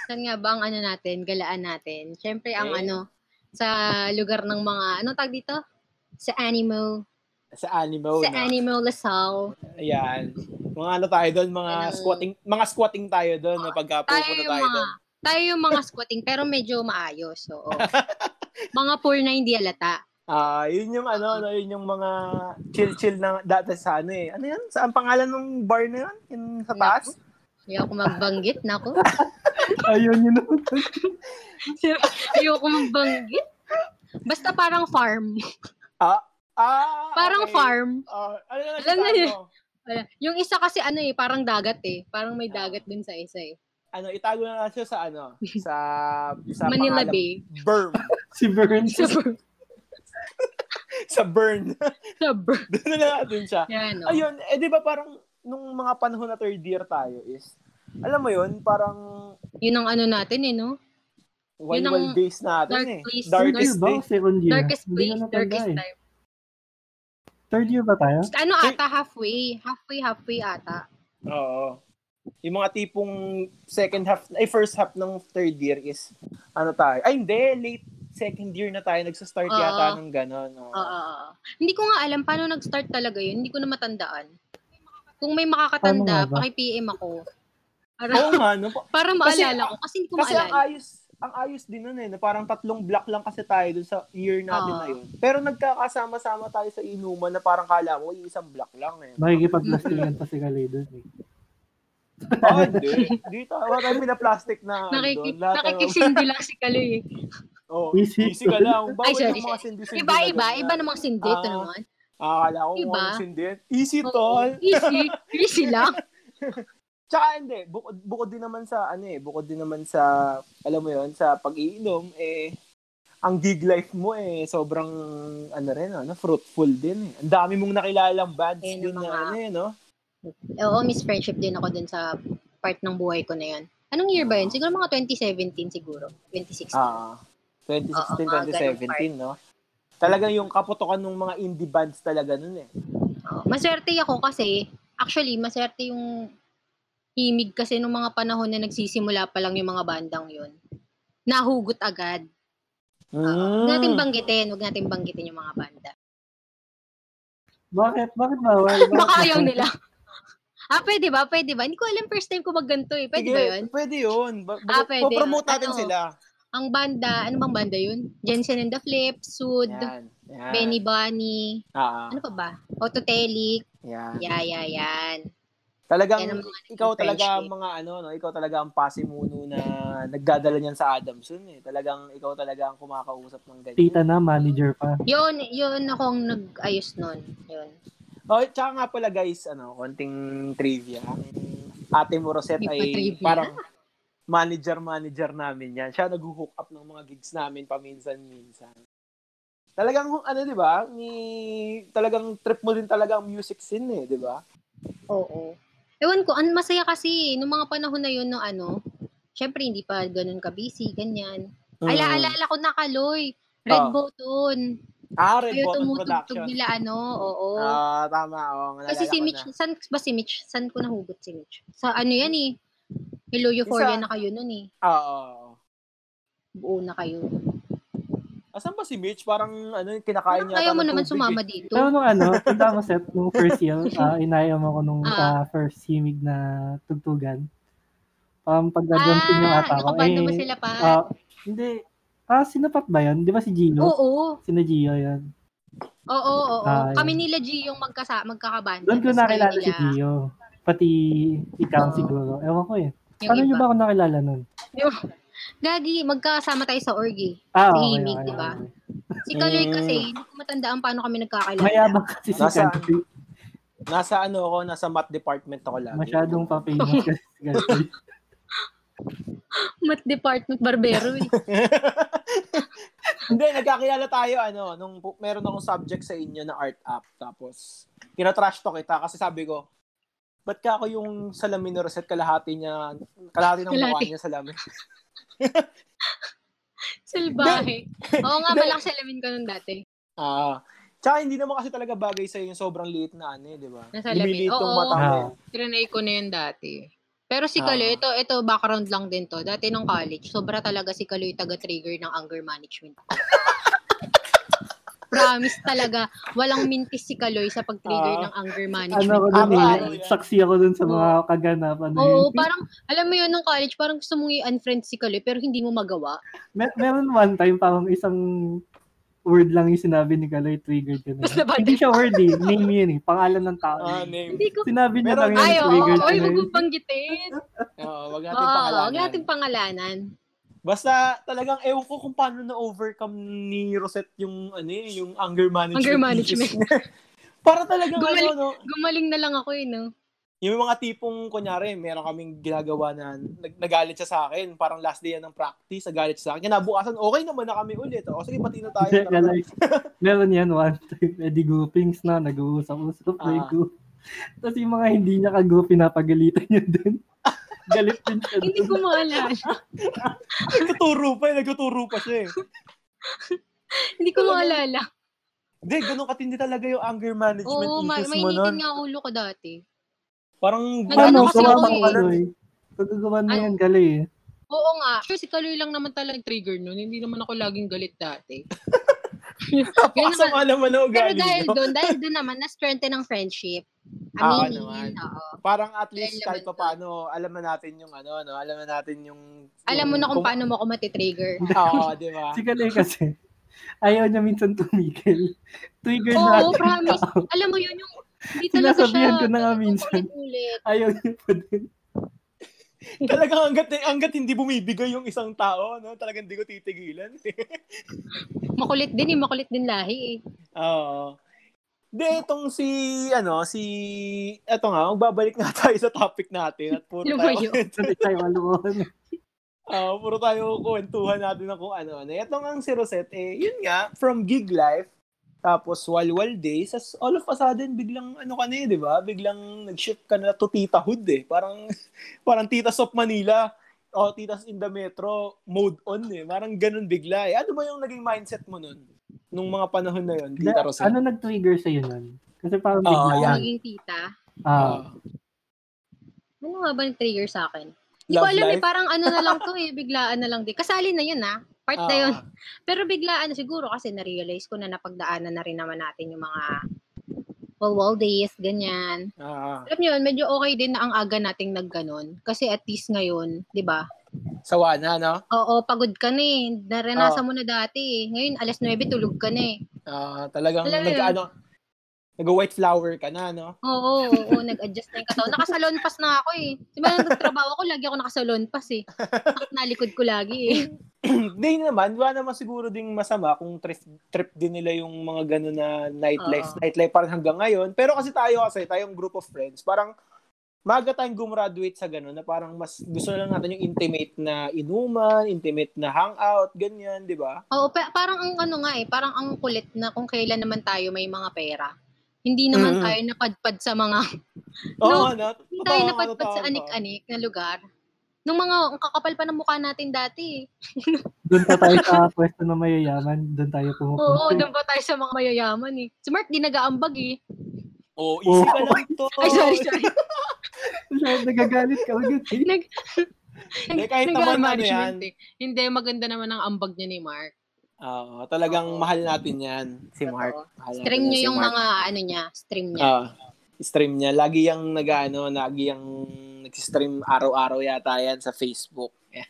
[SPEAKER 3] Saan nga ba ang ano natin, galaan natin? Siyempre ang
[SPEAKER 2] Eh.
[SPEAKER 3] ano, sa lugar ng mga, anong tag dito? Sa Animo.
[SPEAKER 2] Sa Animo
[SPEAKER 3] sa
[SPEAKER 2] na.
[SPEAKER 3] Animo Lasal.
[SPEAKER 2] Ayan. Mga ano tayo doon, mga
[SPEAKER 3] Anong-
[SPEAKER 2] squatting, mga squatting tayo doon na pagka
[SPEAKER 3] Tayo
[SPEAKER 2] pupunta tayo
[SPEAKER 3] yung mga,
[SPEAKER 2] doon.
[SPEAKER 3] tayo yung mga squatting, pero medyo maayos. Oo. mga poor na hindi alata.
[SPEAKER 2] Ah, yun yung ano, ano, yun yung mga chill-chill na dati sa ano eh. Ano yan? Sa ang pangalan ng bar na yun? Yung sa taas?
[SPEAKER 3] Hindi ako magbanggit, nako.
[SPEAKER 1] Ayun yun.
[SPEAKER 3] Ayoko magbanggit. Basta parang farm.
[SPEAKER 2] Ah,
[SPEAKER 3] Parang
[SPEAKER 2] okay.
[SPEAKER 3] farm.
[SPEAKER 2] Ah, ano na
[SPEAKER 3] Alam na yun.
[SPEAKER 2] itago?
[SPEAKER 3] Wala. Yung isa kasi ano eh, parang dagat eh. Parang may dagat dun sa isa eh.
[SPEAKER 2] Ano, itago na lang siya sa ano? Sa, sa
[SPEAKER 3] Manila
[SPEAKER 2] pangalan-
[SPEAKER 3] Bay.
[SPEAKER 2] Berm.
[SPEAKER 1] Si Burns.
[SPEAKER 3] Sa, bur-
[SPEAKER 2] sa burn.
[SPEAKER 3] sa bur-
[SPEAKER 2] Doon na natin siya.
[SPEAKER 3] Yan, oh.
[SPEAKER 2] Ayun, eh di ba parang nung mga panahon na third year tayo is, alam mo yun, parang
[SPEAKER 3] Yun ang ano natin eh, no? Yun
[SPEAKER 2] Wild
[SPEAKER 3] ang
[SPEAKER 2] Wild Days natin
[SPEAKER 3] dark
[SPEAKER 2] eh.
[SPEAKER 3] place,
[SPEAKER 1] Third year
[SPEAKER 2] Darkest
[SPEAKER 1] ba?
[SPEAKER 2] Days.
[SPEAKER 1] Second year?
[SPEAKER 3] Darkest
[SPEAKER 1] Hindi ko
[SPEAKER 3] place,
[SPEAKER 1] natanda
[SPEAKER 3] darkest
[SPEAKER 1] eh.
[SPEAKER 3] time.
[SPEAKER 1] Third year ba tayo?
[SPEAKER 3] Ano ata, halfway. Halfway, halfway ata.
[SPEAKER 2] Oo. Yung mga tipong second half, ay first half ng third year is, ano tayo, ay hindi, late second year na tayo, nagsa-start
[SPEAKER 3] Oo.
[SPEAKER 2] yata ng gano'n.
[SPEAKER 3] Oo. oo, oo. Hindi ko nga alam paano nag-start talaga yun. Hindi ko na matandaan. Kung may makakatanda,
[SPEAKER 1] Paano nga ba?
[SPEAKER 3] paki-PM ako. Para,
[SPEAKER 2] Oo nga, no? Pa-
[SPEAKER 3] para
[SPEAKER 2] Kasi-
[SPEAKER 3] maalala ko. Kasi hindi ko
[SPEAKER 2] Kasi ang
[SPEAKER 3] maalala.
[SPEAKER 2] ayos, ang ayos din nun eh, na parang tatlong block lang kasi tayo dun sa year natin
[SPEAKER 3] Oo.
[SPEAKER 2] na yun. Pero nagkakasama-sama tayo sa inuman na parang kala mo, "Uy, isang block lang eh.
[SPEAKER 1] Nakikipag-plastikan pa si Galay doon eh.
[SPEAKER 2] Oh, hindi. Dito, wala tayong pinaplastic na. ano
[SPEAKER 3] Nakiki-
[SPEAKER 2] doon. Lahat tayo-
[SPEAKER 3] nakikisindi lang si Kaloy eh.
[SPEAKER 2] Oh,
[SPEAKER 1] Easy.
[SPEAKER 2] easy ka lang. Bawal
[SPEAKER 3] Ay, sorry,
[SPEAKER 2] yung mga sindi-sindi.
[SPEAKER 3] Iba,
[SPEAKER 2] na
[SPEAKER 3] iba.
[SPEAKER 2] ganyan.
[SPEAKER 3] Iba namang sindi. Ito
[SPEAKER 2] Ah.
[SPEAKER 3] naman.
[SPEAKER 2] Ah, Akala ko
[SPEAKER 3] Iba.
[SPEAKER 2] kung sindi. Easy,
[SPEAKER 3] Oo.
[SPEAKER 2] tol.
[SPEAKER 3] Easy. Easy lang.
[SPEAKER 2] Tsaka hindi, bukod, bukod din naman sa, ano eh, bukod din naman sa, alam mo yon sa pag-iinom, eh, ang gig life mo eh, sobrang, ano rin, ano, fruitful din eh. Ang dami mong nakilalang bands
[SPEAKER 3] Ayun ang
[SPEAKER 2] din na,
[SPEAKER 3] mga-
[SPEAKER 2] ano eh, no?
[SPEAKER 3] Oo, Miss Friendship din ako dun sa part ng buhay ko na yun. Anong year ba yun? Siguro mga 2017 siguro. 2016.
[SPEAKER 2] Ah, 2016,
[SPEAKER 3] Oo, mga ganun
[SPEAKER 2] 2017, no? Talaga yung kaputokan ng mga indie bands talaga nun eh.
[SPEAKER 3] Oo. Maswerte ako kasi, actually, maswerte yung himig kasi nung mga panahon na nagsisimula pa lang yung mga bandang yun. Nahugot agad.
[SPEAKER 2] Mm.
[SPEAKER 3] Huwag natin
[SPEAKER 2] Ah.
[SPEAKER 3] banggitin, huwag natin banggitin yung mga banda.
[SPEAKER 1] Bakit? Bakit bawal? Bakit
[SPEAKER 3] Baka ayaw
[SPEAKER 1] bawal?
[SPEAKER 3] nila. ah, pwede ba? Pwede ba? Hindi ko alam first time ko magganto eh. Pwede
[SPEAKER 2] Sige,
[SPEAKER 3] ba yun?
[SPEAKER 2] Pwede yun. Ba- ba-
[SPEAKER 3] Ah, pwede.
[SPEAKER 2] Popromote natin
[SPEAKER 3] Ano?
[SPEAKER 2] sila.
[SPEAKER 3] Ang banda, ano bang banda yun? Jensen and the Flips, Sud,
[SPEAKER 2] Yan. Yan.
[SPEAKER 3] Benny Bunny,
[SPEAKER 2] Ah,
[SPEAKER 3] ano pa ba? Autotelic,
[SPEAKER 2] yan.
[SPEAKER 3] Yeah, yeah, yan.
[SPEAKER 2] Talagang
[SPEAKER 3] Yan ang eh.
[SPEAKER 2] ikaw talaga ang
[SPEAKER 3] friendship.
[SPEAKER 2] mga ano, no? ikaw talaga ang pasimuno na nagdadala niyan sa Adamson eh. Talagang ikaw talaga ang kumakausap ng ganyan.
[SPEAKER 1] Tita na, manager pa.
[SPEAKER 3] Yun, yun ako ang nag-ayos nun. Yun.
[SPEAKER 2] Oh, tsaka nga pala guys, ano, konting trivia. Ate mo Rosette ay
[SPEAKER 3] May pa-trivia?
[SPEAKER 2] parang manager-manager namin yan. Siya nag-hook up ng mga gigs namin paminsan-minsan. Talagang, ano, di ba? Ni, talagang trip mo din talaga ang music scene eh, di ba?
[SPEAKER 3] Oo. Ewan ko, an masaya kasi nung mga panahon na yun, no, ano, syempre hindi pa ganun ka-busy, ganyan. Ala, alala ko na kaloy.
[SPEAKER 2] Mm.
[SPEAKER 3] Red
[SPEAKER 2] Ah.
[SPEAKER 3] Button.
[SPEAKER 2] Ah, Red
[SPEAKER 3] Kayo
[SPEAKER 2] Button
[SPEAKER 3] tumutugtog
[SPEAKER 2] Production.
[SPEAKER 3] nila, ano, oo.
[SPEAKER 2] Ah, tama. Oh,
[SPEAKER 3] kasi si Mitch, san ba si Mitch? San ko nahugot si Mitch? Sa ano yan eh. Hello Euphoria
[SPEAKER 2] Isa.
[SPEAKER 3] na kayo nun eh.
[SPEAKER 2] Oo. Oh,
[SPEAKER 3] Buo na kayo.
[SPEAKER 2] Asan ba si Mitch? Parang ano, kinakain niya.
[SPEAKER 3] Ayaw mo naman sumama dito.
[SPEAKER 1] Pero nung ano, punta mo set, nung first year, ah, inayam ako nung
[SPEAKER 3] Ah.
[SPEAKER 1] sa first himig na tugtugan. Um, pagdadumping yung
[SPEAKER 3] Ah,
[SPEAKER 1] ata ko.
[SPEAKER 3] nakabanda ba
[SPEAKER 1] eh,
[SPEAKER 3] sila pa?
[SPEAKER 1] ah, hindi, Ah, sinapat ba yun? Di ba si Gino?
[SPEAKER 3] Ah, Oo.
[SPEAKER 1] Sina Gio yun.
[SPEAKER 3] Oo, oo, oo.
[SPEAKER 1] Ah,
[SPEAKER 3] Kami nila G yung magkasa, magkakabanda.
[SPEAKER 1] Doon ko
[SPEAKER 3] tas kayo
[SPEAKER 1] nakilala si
[SPEAKER 3] nila
[SPEAKER 1] Gio. Pati ikaw
[SPEAKER 3] Oo.
[SPEAKER 1] siguro. Ewan ko eh.
[SPEAKER 3] yung
[SPEAKER 1] Paano niyo
[SPEAKER 3] iba.
[SPEAKER 1] ba ako nakilala nun?
[SPEAKER 3] Gagi, magkasama tayo sa orgy.
[SPEAKER 1] Ah,
[SPEAKER 3] Si
[SPEAKER 1] okay,
[SPEAKER 3] Himig,
[SPEAKER 1] okay,
[SPEAKER 3] di ba?
[SPEAKER 1] okay.
[SPEAKER 3] Si Kaloy
[SPEAKER 1] Oh.
[SPEAKER 2] Mm.
[SPEAKER 3] kasi, hindi ko matandaan paano kami nagkakilala.
[SPEAKER 1] Mayabang kasi si
[SPEAKER 2] Nasaan?
[SPEAKER 1] Country.
[SPEAKER 2] Nasa ano ako, nasa math department ako lagi.
[SPEAKER 1] Masyadong pa-famous kasi si Country.
[SPEAKER 3] Mat department barbero eh.
[SPEAKER 2] Hindi, nagkakilala tayo, ano, nung pu- meron akong subject sa inyo na art app. Tapos, kinatrash to kita kasi sabi ko, ba't ka ako yung salamin na reset kalahati niya, kalahati ng mukha
[SPEAKER 3] Kalahati.
[SPEAKER 2] niya salamin?
[SPEAKER 3] Salbahe. Oo nga,
[SPEAKER 2] Hindi.
[SPEAKER 3] malakas salamin ko nun dati.
[SPEAKER 2] Ah, tsaka hindi naman kasi talaga bagay sa yung sobrang liit na ano, eh, di ba?
[SPEAKER 3] Na salamin.
[SPEAKER 2] Lumiliit yung
[SPEAKER 3] Oo.
[SPEAKER 2] mata mo.
[SPEAKER 1] Ah,
[SPEAKER 2] eh.
[SPEAKER 3] Trinay ko na yun dati. Pero si
[SPEAKER 2] Ah.
[SPEAKER 3] Kaloy, ito, ito background lang din to. Dati nung college, sobra talaga si Kaloy taga-trigger ng anger management. Promise talaga, walang mintis si Kaloy sa pag-trigger
[SPEAKER 2] Ah.
[SPEAKER 3] ng anger
[SPEAKER 1] ano
[SPEAKER 3] management.
[SPEAKER 1] ako dun
[SPEAKER 2] Ah,
[SPEAKER 1] eh.
[SPEAKER 2] ano yan?
[SPEAKER 1] Saksi ako dun sa mga kaganapan. na yun.
[SPEAKER 3] Oo, parang, alam mo yun, nung college, parang gusto mong i-unfriend si Kaloy, pero hindi mo magawa.
[SPEAKER 1] Mer- meron one time parang isang word lang yung sinabi ni Kaloy, triggered ka na.
[SPEAKER 3] Tapos nabati.
[SPEAKER 1] Hindi siya word eh. Name yun eh. Pangalan ng tao.
[SPEAKER 2] Ah,
[SPEAKER 1] yun.
[SPEAKER 2] name.
[SPEAKER 3] Hindi ko,
[SPEAKER 1] Sinabi niya
[SPEAKER 2] Meron-
[SPEAKER 1] lang yun,
[SPEAKER 3] ay, oo,
[SPEAKER 1] triggered ka na
[SPEAKER 3] ay, huwag
[SPEAKER 1] yun.
[SPEAKER 3] mong banggitin.
[SPEAKER 2] Oo, wag
[SPEAKER 3] Oo,
[SPEAKER 2] natin pangalanan.
[SPEAKER 3] huwag nating pangalanan.
[SPEAKER 2] Basta talagang ewan ko kung paano na-overcome ni Rosette yung ano eh, yung anger management.
[SPEAKER 3] Anger
[SPEAKER 2] issues
[SPEAKER 3] management.
[SPEAKER 2] niya. Para talagang
[SPEAKER 3] Gumali-
[SPEAKER 2] ano, no?
[SPEAKER 3] Gumaling na lang ako eh, no?
[SPEAKER 2] Yung mga tipong, kunyari, meron kaming ginagawa na nag- nagalit siya sa akin. Parang last day yan ng practice, nagalit siya sa akin. Kinabukasan, okay naman na kami ulit. O, sige, pati na tayo.
[SPEAKER 1] Hindi, Kaloy. Meron yan one time. Eh di groupings na, nag-uusap-usap na yung
[SPEAKER 2] Ah.
[SPEAKER 1] group. Tapos yung mga hindi niya ka-group, pinapagalitan niya dun. Galit din siya
[SPEAKER 3] Hindi
[SPEAKER 1] dun.
[SPEAKER 3] ko maalala.
[SPEAKER 2] nagtuturo pa, eh, nagtuturo pa siya eh.
[SPEAKER 3] Hindi ko maalala.
[SPEAKER 2] Hindi, ganun katindi talaga yung anger management
[SPEAKER 3] Oo, ma-
[SPEAKER 2] issues
[SPEAKER 3] may
[SPEAKER 2] mo nun.
[SPEAKER 3] initin nga ulo ko dati.
[SPEAKER 2] Parang,
[SPEAKER 3] Nag-ano
[SPEAKER 1] Paano, ano
[SPEAKER 3] kasi
[SPEAKER 1] gawa
[SPEAKER 3] ako
[SPEAKER 1] mo
[SPEAKER 3] eh.
[SPEAKER 2] ano
[SPEAKER 1] Kaloy. Pagkagawa mo
[SPEAKER 3] Ano?
[SPEAKER 1] yan, Kaloy eh.
[SPEAKER 3] Oo nga. Sure, si Kaloy lang naman talaga yung trigger nun. Hindi naman ako laging galit dati.
[SPEAKER 2] napakasama naman na
[SPEAKER 3] Pero
[SPEAKER 2] ugali
[SPEAKER 3] dahil
[SPEAKER 2] nyo.
[SPEAKER 3] doon, dahil doon naman, na-strengthen ang friendship.
[SPEAKER 2] Ah,
[SPEAKER 3] Aminin.
[SPEAKER 2] naman.
[SPEAKER 3] oo.
[SPEAKER 2] Parang at least
[SPEAKER 3] Element
[SPEAKER 2] kahit
[SPEAKER 3] to.
[SPEAKER 2] pa paano, alam na natin yung ano, no? alam na natin yung...
[SPEAKER 3] Alam mo na kung
[SPEAKER 2] yung-
[SPEAKER 3] paano mo ako matitrigger.
[SPEAKER 2] Oo, di ba?
[SPEAKER 1] Si Kaloy kasi, ayaw niya minsan tumigil. Trigger na
[SPEAKER 3] Oo,
[SPEAKER 1] agad.
[SPEAKER 3] promise. Alam mo yun, yung hindi talaga siya.
[SPEAKER 1] Sinasabihan ko na nga
[SPEAKER 3] talagang
[SPEAKER 1] minsan.
[SPEAKER 3] Ulit-ulit.
[SPEAKER 1] Ayaw niya pa din.
[SPEAKER 2] Talagang hanggat, hanggat hindi bumibigay yung isang tao, no? talagang hindi ko titigilan. eh.
[SPEAKER 3] Makulit din eh, makulit din lahi eh.
[SPEAKER 2] Oo. Hindi, itong si, ano, si, eto nga, magbabalik nga tayo sa topic natin at puro tayo,
[SPEAKER 3] Lumayo.
[SPEAKER 1] Sabi tayo, malukuhan.
[SPEAKER 2] Ah, puro tayo kwentuhan natin ng kung ano. ano. Ito nga ang si Rosette, eh, yun nga, from gig life, tapos walwal days, as all of a sudden, biglang, ano ka na eh, di ba? Biglang nag-shift ka na to tita hood eh. Parang, parang titas of Manila, o titas in the metro, mode on eh. Parang ganun bigla eh. Ano ba yung naging mindset mo nun? Nung mga panahon na yun, tita Rosette?
[SPEAKER 1] Ano nag-trigger sa'yo nun? Kasi parang
[SPEAKER 2] Oo,
[SPEAKER 1] bigla.
[SPEAKER 2] Ayan.
[SPEAKER 3] Naging tita.
[SPEAKER 1] Ah,
[SPEAKER 3] Ano nga ba yung trigger sa akin? Hindi ko
[SPEAKER 2] Love
[SPEAKER 3] alam eh,
[SPEAKER 2] life?
[SPEAKER 3] parang ano na lang to eh, biglaan na lang din. Kasali na yun ah, part na yun. Pero biglaan na siguro kasi na-realize ko na napagdaanan na rin naman natin yung mga well, well days, ganyan.
[SPEAKER 2] Ah, ah.
[SPEAKER 3] Alam niyo yun, medyo okay din na ang aga nating nagganon. Kasi at least ngayon, di ba?
[SPEAKER 2] Sawa na, no?
[SPEAKER 3] Oo, pagod ka na eh. Naranasan mo na dati eh. Ngayon, alas 9, tulog ka na eh.
[SPEAKER 2] Ah, talagang
[SPEAKER 3] Alam mo
[SPEAKER 2] nag,
[SPEAKER 3] yun.
[SPEAKER 2] ano, nag-white flower ka na, no?
[SPEAKER 3] Oo, oo, oo nag-adjust na yung katawan. Nakasalon pass na ako eh. Di ba nagtrabaho ko, lagi ako nakasalon pass eh. Sakit na likod ko lagi eh.
[SPEAKER 2] Hindi naman, wala naman siguro ding masama kung trip, trip din nila yung mga gano'n na nightlife,
[SPEAKER 3] Oo.
[SPEAKER 2] nightlife parang hanggang ngayon. Pero kasi tayo kasi, tayong group of friends, parang maga tayong gumraduate sa gano'n na parang mas gusto na lang natin yung intimate na inuman, intimate na hangout, ganyan, di ba?
[SPEAKER 3] Oo, pa- parang ang ano nga eh, parang ang kulit na kung kailan naman tayo may mga pera. Hindi
[SPEAKER 2] Mm.
[SPEAKER 3] naman tayo napadpad sa mga,
[SPEAKER 2] Oo, ano?
[SPEAKER 3] No,
[SPEAKER 2] no,
[SPEAKER 3] hindi tayo
[SPEAKER 2] Totoo,
[SPEAKER 3] napadpad
[SPEAKER 2] totoo,
[SPEAKER 3] sa
[SPEAKER 2] totoo.
[SPEAKER 3] anik-anik na lugar. Nung mga, ang kakapal pa ng mukha natin dati eh.
[SPEAKER 1] doon pa tayo sa pwesto na mayayaman. Doon tayo pumupunta.
[SPEAKER 3] Oo, doon pa tayo sa mga mayayaman eh. Si Mark, di nag-aambag eh.
[SPEAKER 2] Oo, easy ka lang to.
[SPEAKER 3] Ay, sorry, sorry.
[SPEAKER 1] Masyado nagagalit ka agad eh.
[SPEAKER 3] Nag,
[SPEAKER 2] Hindi, kahit
[SPEAKER 3] nag-
[SPEAKER 2] naman ano
[SPEAKER 3] management
[SPEAKER 2] yan.
[SPEAKER 3] eh. Hindi, maganda naman ang ambag niya ni Mark.
[SPEAKER 2] Oo, talagang
[SPEAKER 3] Oo.
[SPEAKER 2] mahal natin yan, si Mark. Mahal natin
[SPEAKER 3] Stream
[SPEAKER 2] yan si
[SPEAKER 3] niya yung
[SPEAKER 2] Mark.
[SPEAKER 3] mga ano niya, stream niya.
[SPEAKER 2] Ah, stream niya. Lagi yung nag-ano, lagi yung nag-stream araw-araw yata yan sa Facebook.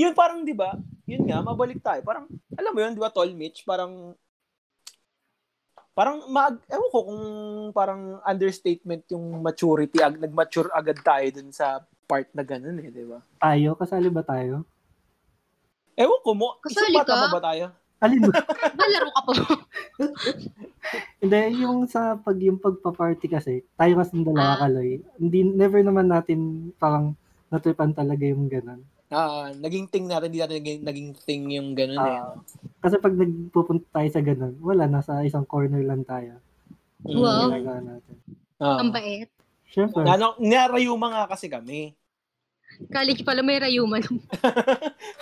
[SPEAKER 2] Yun parang, di ba? yun nga, mabalik tayo. Parang, alam mo yun, di ba, Tol Mitch, parang, parang, mag, ewan ko kung parang understatement yung maturity, ag, nag-mature agad tayo dun sa part na ganun eh, di ba?
[SPEAKER 1] Tayo? Kasali ba tayo?
[SPEAKER 2] Ewan ko mo, isang
[SPEAKER 3] Kasali
[SPEAKER 2] bata
[SPEAKER 3] ka?
[SPEAKER 2] pa ba tayo?
[SPEAKER 1] Alin ba?
[SPEAKER 2] Ah.
[SPEAKER 3] Nalaro ka po.
[SPEAKER 1] Hindi, yung sa pag, yung pagpa-party kasi, tayo kasi ng dalawa
[SPEAKER 3] Ah.
[SPEAKER 1] kaloy. Hindi, never naman natin parang natripan talaga yung ganun.
[SPEAKER 2] Ah, naging thing natin, hindi natin naging, naging thing yung ganun eh.
[SPEAKER 1] Ah. kasi pag nagpupunta tayo sa ganun, wala, nasa isang corner lang tayo. Yun yung
[SPEAKER 3] Wow.
[SPEAKER 1] ginagawa natin.
[SPEAKER 2] Mm. Ah.
[SPEAKER 3] Ang bait.
[SPEAKER 1] Siyempre,
[SPEAKER 2] Nano, narayuma nga kasi kami.
[SPEAKER 3] College pala may rayuman.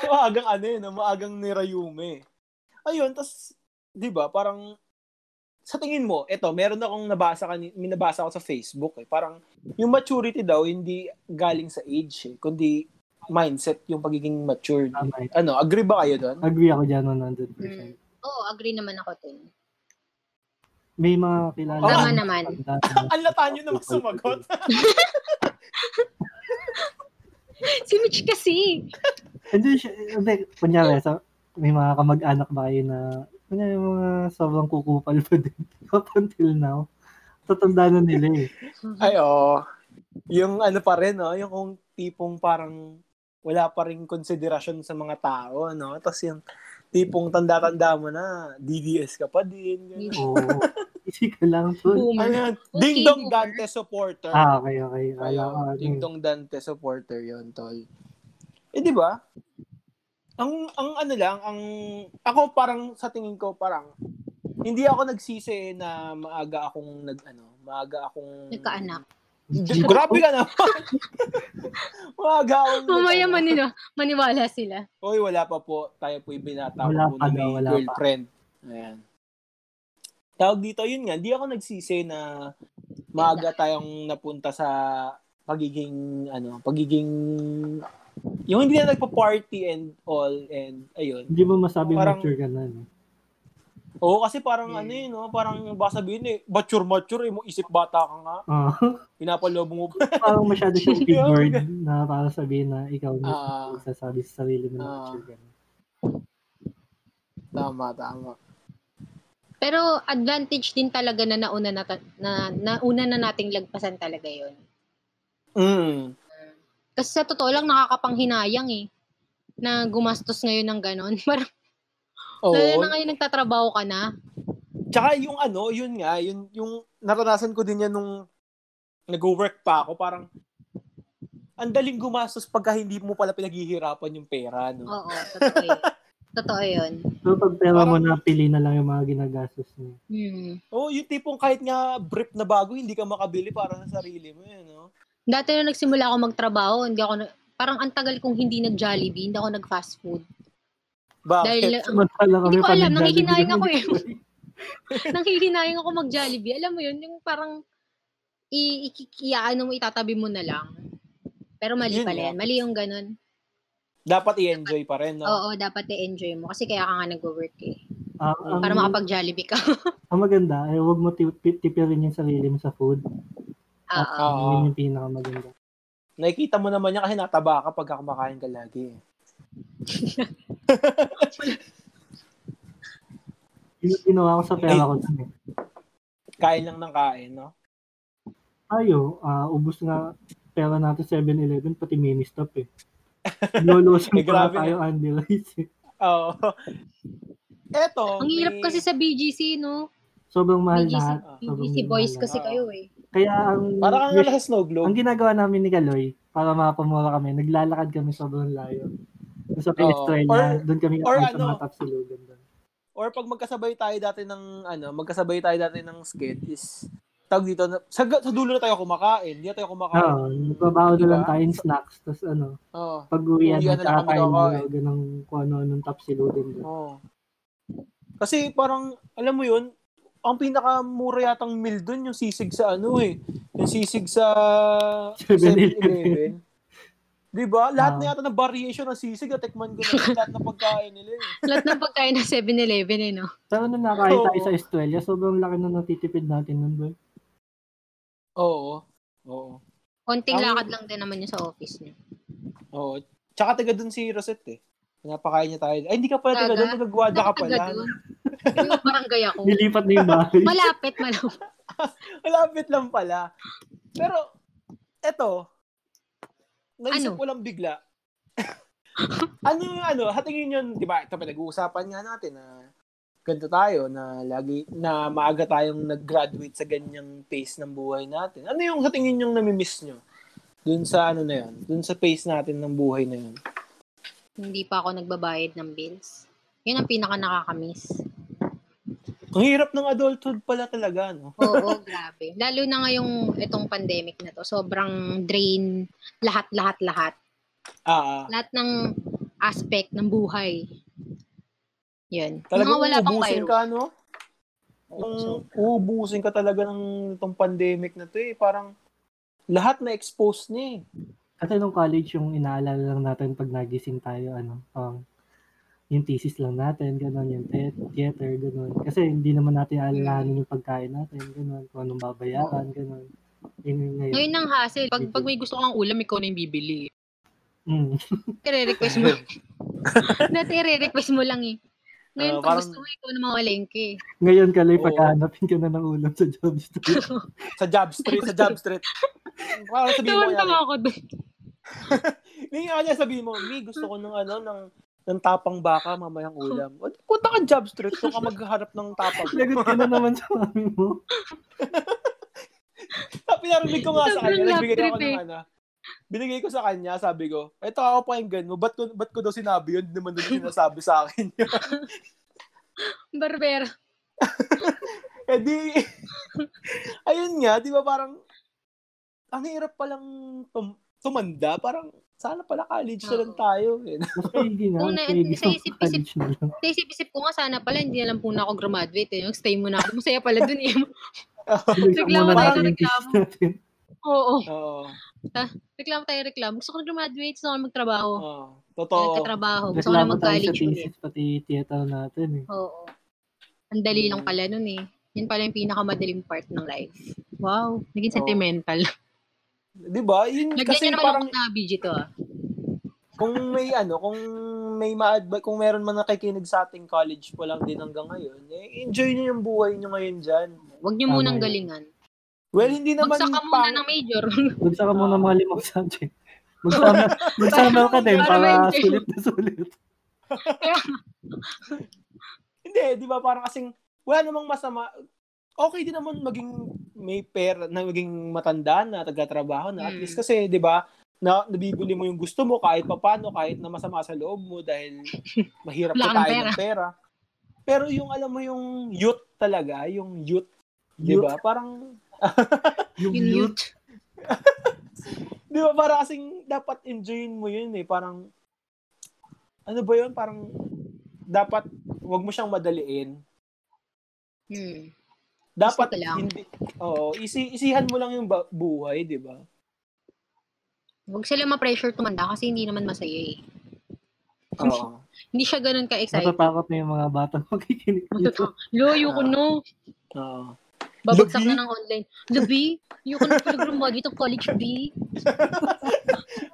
[SPEAKER 2] maagang ano yun, ah, maagang nirayume. Ayun, tas, di ba, parang, sa tingin mo, eto, meron akong nabasa, kani, may nabasa ako sa Facebook, eh, parang, yung maturity daw, hindi galing sa age, eh, kundi mindset yung pagiging matured.
[SPEAKER 1] tama yun.
[SPEAKER 2] Ano, agree ba kayo doon?
[SPEAKER 1] Agree ako dyan 100%.
[SPEAKER 3] Mm. Oo, agree naman ako din.
[SPEAKER 1] May mga kilala.
[SPEAKER 2] Tama
[SPEAKER 1] akong
[SPEAKER 3] naman.
[SPEAKER 1] matanda na-
[SPEAKER 2] Ang lata nyo naman sumagot.
[SPEAKER 3] Si Mitch kasi.
[SPEAKER 1] Hindi, siya- hindi, kunyari, sa, may mga kamag-anak ba kayo na, kunyari, mga sobrang kukupal pa din up until now. Tatanda na nila eh.
[SPEAKER 2] Ay, oo. Yung ano pa rin, no? Yung kung tipong parang wala pa rin konsiderasyon sa mga tao, no? Tapos yung tipong tanda-tanda mo na, DDS ka pa din. ganun.
[SPEAKER 1] Oo. Isi ka lang po.
[SPEAKER 2] Ano
[SPEAKER 3] Boomer.
[SPEAKER 2] yun?
[SPEAKER 3] Okay,
[SPEAKER 2] Ding Dong
[SPEAKER 3] boomer.
[SPEAKER 2] Dante supporter.
[SPEAKER 1] Ah, okay, okay. Kala ko,
[SPEAKER 2] Ayun,
[SPEAKER 1] ano
[SPEAKER 2] Ding
[SPEAKER 1] eh.
[SPEAKER 2] Dong Dante supporter yon tol. Eh, di ba? Ang, ang ano lang, ang, ako parang sa tingin ko parang, hindi ako nagsisi na maaga akong nag, ano, maaga akong...
[SPEAKER 3] Nagkaanak.
[SPEAKER 2] Di- Grabe ka naman. Mga gawang.
[SPEAKER 3] Mamaya manino, maniwala sila.
[SPEAKER 2] Uy, wala pa po. Tayo po binata
[SPEAKER 1] Wala
[SPEAKER 2] po
[SPEAKER 1] pa
[SPEAKER 2] na may
[SPEAKER 1] daw, wala pa.
[SPEAKER 2] girlfriend. Ayan. Tawag dito, yun nga. Di ako nagsisi na maaga tayong napunta sa pagiging, ano, pagiging, yung hindi na nagpa-party and all, and ayun.
[SPEAKER 1] Hindi mo masabi
[SPEAKER 2] Parang-
[SPEAKER 1] mature ka na. no?
[SPEAKER 2] Oo, kasi parang
[SPEAKER 3] Hmm.
[SPEAKER 2] ano yun, no? parang baka sabihin eh, mature-mature, eh, mo isip bata ka nga,
[SPEAKER 1] Ah,
[SPEAKER 2] pinapalobo mo.
[SPEAKER 1] parang masyado siyang
[SPEAKER 2] Yeah,
[SPEAKER 1] keyboard
[SPEAKER 2] okay.
[SPEAKER 1] na para sabihin na ikaw na
[SPEAKER 2] Ah.
[SPEAKER 1] sasabi sa sarili mo na
[SPEAKER 2] Ah.
[SPEAKER 1] mature ka na.
[SPEAKER 2] tama, tama.
[SPEAKER 3] Pero advantage din talaga na nauna na, ta- na nauna na nating lagpasan talaga 'yon.
[SPEAKER 2] Mm.
[SPEAKER 3] Kasi sa totoo lang nakakapanghinayang eh na gumastos ngayon ng ganon.
[SPEAKER 2] Oo.
[SPEAKER 3] Parang lalo na ngayon nagtatrabaho ka na.
[SPEAKER 2] Tsaka yung ano, yun nga, yun, yung naranasan ko din yan nung nag-work pa ako, parang ang daling gumastos pagka hindi mo pala pinaghihirapan yung pera, no?
[SPEAKER 3] Oo, totoo yun. totoo yun.
[SPEAKER 1] So, pag pera mo
[SPEAKER 2] Parang-
[SPEAKER 1] na, pili na lang yung mga ginagastos niya.
[SPEAKER 3] Hmm.
[SPEAKER 2] Oo, yung tipong kahit nga brief na bago, hindi ka makabili para sa sarili mo, yun, no?
[SPEAKER 3] Dati nung nagsimula ako magtrabaho, hindi ako na- parang ang tagal kong hindi nag-Jollibee, hindi ako nag-fast food. Dahil
[SPEAKER 2] Bakit?
[SPEAKER 3] ang-
[SPEAKER 1] Samantala kami
[SPEAKER 3] Hindi ko
[SPEAKER 1] pa
[SPEAKER 3] alam,
[SPEAKER 1] nag-Jollibee
[SPEAKER 3] nangihinayang
[SPEAKER 1] kami.
[SPEAKER 3] ako eh. nanghihinayang ako mag-Jollibee. Alam mo yun, yung parang i- i- i- ano mo, itatabi mo na lang. Pero mali
[SPEAKER 2] Yun
[SPEAKER 3] pala
[SPEAKER 2] nga.
[SPEAKER 3] yan. Mali yung ganun.
[SPEAKER 2] Dapat i-enjoy pa rin, no?
[SPEAKER 3] Oo, dapat i-enjoy mo. Kasi kaya ka nga nag-work eh.
[SPEAKER 1] Ah, ang,
[SPEAKER 3] Para makapag-Jollibee ka.
[SPEAKER 1] ang maganda, ay huwag mo tipi- tipirin yung sarili mo sa food.
[SPEAKER 3] Oo.
[SPEAKER 2] Oo.
[SPEAKER 1] Yun yung pinakamaganda.
[SPEAKER 2] Nakikita mo naman niya kasi nataba ka pagka kumakain ka lagi. eh.
[SPEAKER 1] Yun yung ginawa ko sa pera ko dun eh.
[SPEAKER 2] Kain lang ng kain, no?
[SPEAKER 1] Tayo, ah, ubus na pera natin 7-Eleven, pati mini stop eh. Lolosin
[SPEAKER 2] Eh,
[SPEAKER 1] pa
[SPEAKER 2] grabe
[SPEAKER 1] tayo, Andy Rice. eh.
[SPEAKER 2] Oo. Eto.
[SPEAKER 3] Ang hirap
[SPEAKER 2] may-
[SPEAKER 3] kasi sa BGC, no?
[SPEAKER 1] Sobrang mahal
[SPEAKER 3] BGC,
[SPEAKER 1] lahat. Sobrang
[SPEAKER 3] BGC boys
[SPEAKER 1] mahal
[SPEAKER 3] kasi
[SPEAKER 2] Oo.
[SPEAKER 3] kayo eh.
[SPEAKER 1] Kaya ang,
[SPEAKER 2] Para kang nasa snow globe.
[SPEAKER 1] ang ginagawa namin ni Kaloy, para mapamura kami, naglalakad kami sobrang layo. Doon Sa Pinestrella,
[SPEAKER 2] Or-
[SPEAKER 1] doon kami
[SPEAKER 2] or
[SPEAKER 1] kakain sa
[SPEAKER 2] ano?
[SPEAKER 1] mga Tapsilogan doon.
[SPEAKER 2] or pag magkasabay tayo dati ng ano, magkasabay tayo dati ng skid is tawag dito na- sa, sa dulo na tayo kumakain, hindi na tayo kumakain.
[SPEAKER 1] Oo, nagbabaho na
[SPEAKER 2] Diba?
[SPEAKER 1] lang tayo ng snacks, tapos ano,
[SPEAKER 2] Oo.
[SPEAKER 1] pag uwi yan,
[SPEAKER 2] Uwian na ano lang kami
[SPEAKER 1] nagkakain
[SPEAKER 2] doon,
[SPEAKER 1] na lang ng kung ano-anong tapsilogan doon.
[SPEAKER 2] Oo. Kasi parang alam mo 'yun, ang pinakamura yatang meal doon yung sisig sa ano eh. Yung sisig sa
[SPEAKER 1] 7-Eleven.
[SPEAKER 2] 7-Eleven. 'Di ba? Lahat na
[SPEAKER 1] Ah.
[SPEAKER 2] yata ng variation ng sisig at tikman ko na lahat ng pagkain nila. eh.
[SPEAKER 3] Lahat ng pagkain na 7-Eleven eh, no?
[SPEAKER 1] Pero nung nakain tayo
[SPEAKER 2] Oo.
[SPEAKER 1] sa Estrella, sobrang laki na natitipid natin nun, boy.
[SPEAKER 2] Oo. Oo.
[SPEAKER 3] Konting
[SPEAKER 2] Ang-
[SPEAKER 3] lakad lang din naman yun sa office niyo.
[SPEAKER 2] Oo. Tsaka taga doon si Rosette eh. Pinapakain niya tayo. Ay, hindi ka pala
[SPEAKER 3] Taga.
[SPEAKER 2] taga doon. Nagagwada ka pala.
[SPEAKER 3] Nakataga doon. Yung barangay ako.
[SPEAKER 1] Nilipat na yung bahay.
[SPEAKER 3] Malapit, malapit.
[SPEAKER 2] Malapit lang pala. Pero, eto. Naisip
[SPEAKER 3] Ano?
[SPEAKER 2] ko lang bigla. ano yung ano, hatingin yun, di ba? Ito pinag-uusapan nga natin na ganito tayo na lagi na maaga tayong nag-graduate sa ganyang pace ng buhay natin. Ano yung hatingin yung namimiss nyo? Dun sa ano na yun, dun sa pace natin ng buhay na yun.
[SPEAKER 3] Hindi pa ako nagbabayad ng bills. Yun ang pinaka nakakamiss.
[SPEAKER 2] Ang hirap ng adulthood pala talaga, no?
[SPEAKER 3] Oo, grabe. Lalo na ngayong itong pandemic na to, sobrang drain lahat, lahat, lahat.
[SPEAKER 2] Ah, ah.
[SPEAKER 3] Lahat ng aspect ng buhay. Yun.
[SPEAKER 2] talagang
[SPEAKER 3] Mga wala pang
[SPEAKER 2] uubusin
[SPEAKER 3] kayo.
[SPEAKER 2] ka, no? Kung uubusin ka talaga ng itong pandemic na to eh. Parang lahat na expose niya eh.
[SPEAKER 1] Kasi nung college yung inaalala lang natin pag nagising tayo, ano, um, yung thesis lang natin, ganun, yung the- theater, ganun. Kasi hindi naman natin alalahanin yung pagkain natin, ganun, kung anong babayaran, ganun. Yun yung ngayon.
[SPEAKER 3] Ngayon ang hassle. Pag, pag may gusto kang ulam, ikaw na yung bibili.
[SPEAKER 1] Mm.
[SPEAKER 3] Nire-request mo. Dati re-request mo lang eh. Ngayon,
[SPEAKER 2] Ah,
[SPEAKER 3] pag
[SPEAKER 2] parang-
[SPEAKER 3] gusto mo, ikaw na mamalengke.
[SPEAKER 1] Ngayon ka lang
[SPEAKER 2] Oo.
[SPEAKER 1] paghahanapin ka na ng ulam sa job street.
[SPEAKER 2] Sa job street, sa job street. Parang sabihin mo
[SPEAKER 3] Tawan
[SPEAKER 2] yan. eh.
[SPEAKER 3] tama ako doon.
[SPEAKER 2] Hindi nga niya sabihin mo, Mi, gusto ko ng ano, ng ng tapang baka mamayang ulam. O, Punta ka job street, doon ka maghaharap ng tapang.
[SPEAKER 1] Lagot ka na naman sa mami mo.
[SPEAKER 2] Pinarinig ko nga sa kanya,
[SPEAKER 3] Sobrang love
[SPEAKER 2] nagbigay ako
[SPEAKER 3] trip
[SPEAKER 2] ng
[SPEAKER 3] eh.
[SPEAKER 2] ano. Binigay ko sa kanya, sabi ko, eto ako pakinggan mo, ba't ko, ba't ko daw sinabi yun? Hindi naman daw sinasabi sa akin yun.
[SPEAKER 3] Barbera.
[SPEAKER 2] Eh di, ayun nga, di ba parang, ang hirap palang tum- tumanda, parang, sana pala college na lang
[SPEAKER 3] Oo.
[SPEAKER 2] tayo. eh.
[SPEAKER 1] Mas kaigi na. mas
[SPEAKER 3] Kung na-
[SPEAKER 1] kaigi
[SPEAKER 3] sa
[SPEAKER 1] sa
[SPEAKER 3] isip-isip-
[SPEAKER 1] college na lang.
[SPEAKER 3] Sa isip-isip ko nga, sana pala, hindi na lang po na ako graduate eh. Stay muna ako. Masaya pala dun eh.
[SPEAKER 1] Bigyan
[SPEAKER 3] Reklamo
[SPEAKER 1] muna
[SPEAKER 2] tayo
[SPEAKER 1] natin
[SPEAKER 3] sa
[SPEAKER 1] yung thesis
[SPEAKER 3] reklamo.
[SPEAKER 1] natin.
[SPEAKER 3] Oo.
[SPEAKER 2] Oo,
[SPEAKER 3] Reklamo tayo, reklamo. Gusto ko na graduate, gusto ko na magtrabaho.
[SPEAKER 2] oo,
[SPEAKER 3] Oh.
[SPEAKER 2] totoo.
[SPEAKER 3] Nagkatrabaho. Gusto ko na
[SPEAKER 1] Reklamo tayo sa
[SPEAKER 3] mag-college ulit.
[SPEAKER 1] thesis, pati theater natin eh.
[SPEAKER 3] Oo. Ang dali lang
[SPEAKER 2] Mm.
[SPEAKER 3] pala nun eh. Yan pala yung pinakamadaling part ng life. Wow, naging
[SPEAKER 2] Oo.
[SPEAKER 3] sentimental.
[SPEAKER 2] Di ba? Yun,
[SPEAKER 3] Lagyan
[SPEAKER 2] kasi
[SPEAKER 3] niyo naman
[SPEAKER 2] parang,
[SPEAKER 3] ng na BG to ah.
[SPEAKER 2] kung may ano, kung may ma-advise, kung meron man nakikinig sa ating college pa lang din hanggang ngayon, eh, enjoy niyo yung buhay niyo ngayon dyan.
[SPEAKER 3] Huwag niyo
[SPEAKER 1] Tama
[SPEAKER 3] munang
[SPEAKER 1] yun.
[SPEAKER 3] galingan.
[SPEAKER 2] Well, Ah, hindi naman
[SPEAKER 3] Magsaka muna ng major.
[SPEAKER 1] Magsaka mo
[SPEAKER 3] Ah.
[SPEAKER 1] ng mga limang subject. Magsama, magsama ka din
[SPEAKER 3] Para
[SPEAKER 1] para
[SPEAKER 3] ma-enjoy.
[SPEAKER 1] sulit na sulit.
[SPEAKER 2] Hindi, di ba? Parang kasing, wala namang masama. Okay din naman maging may pera, na maging matanda na, taga-trabaho na. At
[SPEAKER 3] Mm.
[SPEAKER 2] least kasi, di ba, na nabibili mo yung gusto mo kahit papano, kahit na masama sa loob mo dahil mahirap
[SPEAKER 3] Wala
[SPEAKER 2] ka
[SPEAKER 3] kang
[SPEAKER 2] tayo ng pera. Pero yung alam mo yung youth talaga, yung youth, di ba? Parang,
[SPEAKER 1] Yung
[SPEAKER 3] Yung
[SPEAKER 1] youth.
[SPEAKER 3] youth.
[SPEAKER 2] di ba, parang kasing dapat enjoyin mo yun eh. Parang, ano ba yun? Parang, dapat, wag mo siyang madaliin.
[SPEAKER 3] Hmm.
[SPEAKER 2] dapat
[SPEAKER 3] Gusto ko lang.
[SPEAKER 2] hindi oo isi isihan mo lang yung ba- buhay di ba
[SPEAKER 3] Huwag sila ma-pressure tumanda kasi hindi naman masaya eh.
[SPEAKER 2] oo
[SPEAKER 3] Hindi siya ganun ka-excited.
[SPEAKER 1] Natatakot na yung mga batang makikinig dito.
[SPEAKER 3] Matuto- Lo, yuko
[SPEAKER 2] Ah.
[SPEAKER 3] no.
[SPEAKER 2] oo
[SPEAKER 3] Babagsak
[SPEAKER 2] Lubi?
[SPEAKER 3] na ng online. Lubi, yuko na pala graduate ng college B.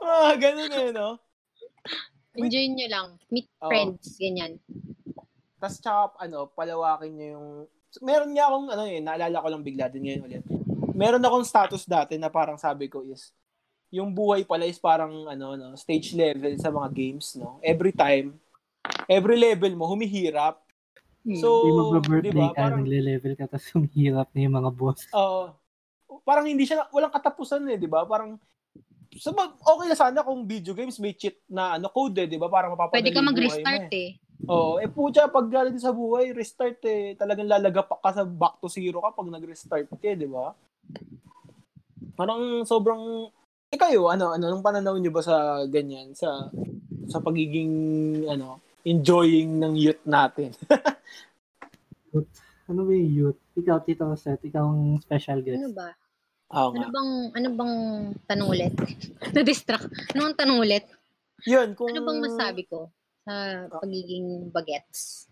[SPEAKER 2] ah ganun eh no
[SPEAKER 3] Enjoy nyo lang. Meet
[SPEAKER 2] Oo.
[SPEAKER 3] friends, ganyan.
[SPEAKER 2] tas tsaka ano palawakin niyo yung meron nga akong ano eh naalala ko lang bigla din ngayon ulit meron akong status dati na parang sabi ko is yung buhay pala is parang ano no stage level sa mga games no every time every level mo humihirap
[SPEAKER 3] Hmm,
[SPEAKER 2] so
[SPEAKER 1] Hindi
[SPEAKER 2] di
[SPEAKER 1] magbe-birthday
[SPEAKER 2] ba
[SPEAKER 1] ka,
[SPEAKER 2] parang
[SPEAKER 1] nagle-level ka, tapos humihirap na yung mga boss.
[SPEAKER 2] Oo. parang hindi siya, walang katapusan eh, di ba? Parang, sa mag- okay na sana kung video games may cheat na ano code eh, di ba? Parang mapapadali
[SPEAKER 3] pwede ka
[SPEAKER 2] yung buhay
[SPEAKER 3] mag-restart
[SPEAKER 2] mo
[SPEAKER 3] eh.
[SPEAKER 2] Oo, eh pucha, pag galing sa buhay, restart eh. Talagang lalagapak ka sa back to zero ka pag nag-restart ka, eh, di ba? Parang sobrang, eh kayo, ano, ano, anong pananaw nyo ba sa ganyan, sa, sa pagiging, ano, enjoying ng youth natin?
[SPEAKER 1] Ano ba yung youth? Ikaw, Tito Set, ikaw ang special
[SPEAKER 2] eh.
[SPEAKER 1] guest.
[SPEAKER 3] Ano ba?
[SPEAKER 2] Oo
[SPEAKER 3] Ano
[SPEAKER 2] nga.
[SPEAKER 3] bang, ano bang tanong ulit? Na-distract. Ano ang tanong ulit?
[SPEAKER 2] Yun, kung...
[SPEAKER 3] Ano bang masabi ko sa
[SPEAKER 2] Ah.
[SPEAKER 3] pagiging bagets?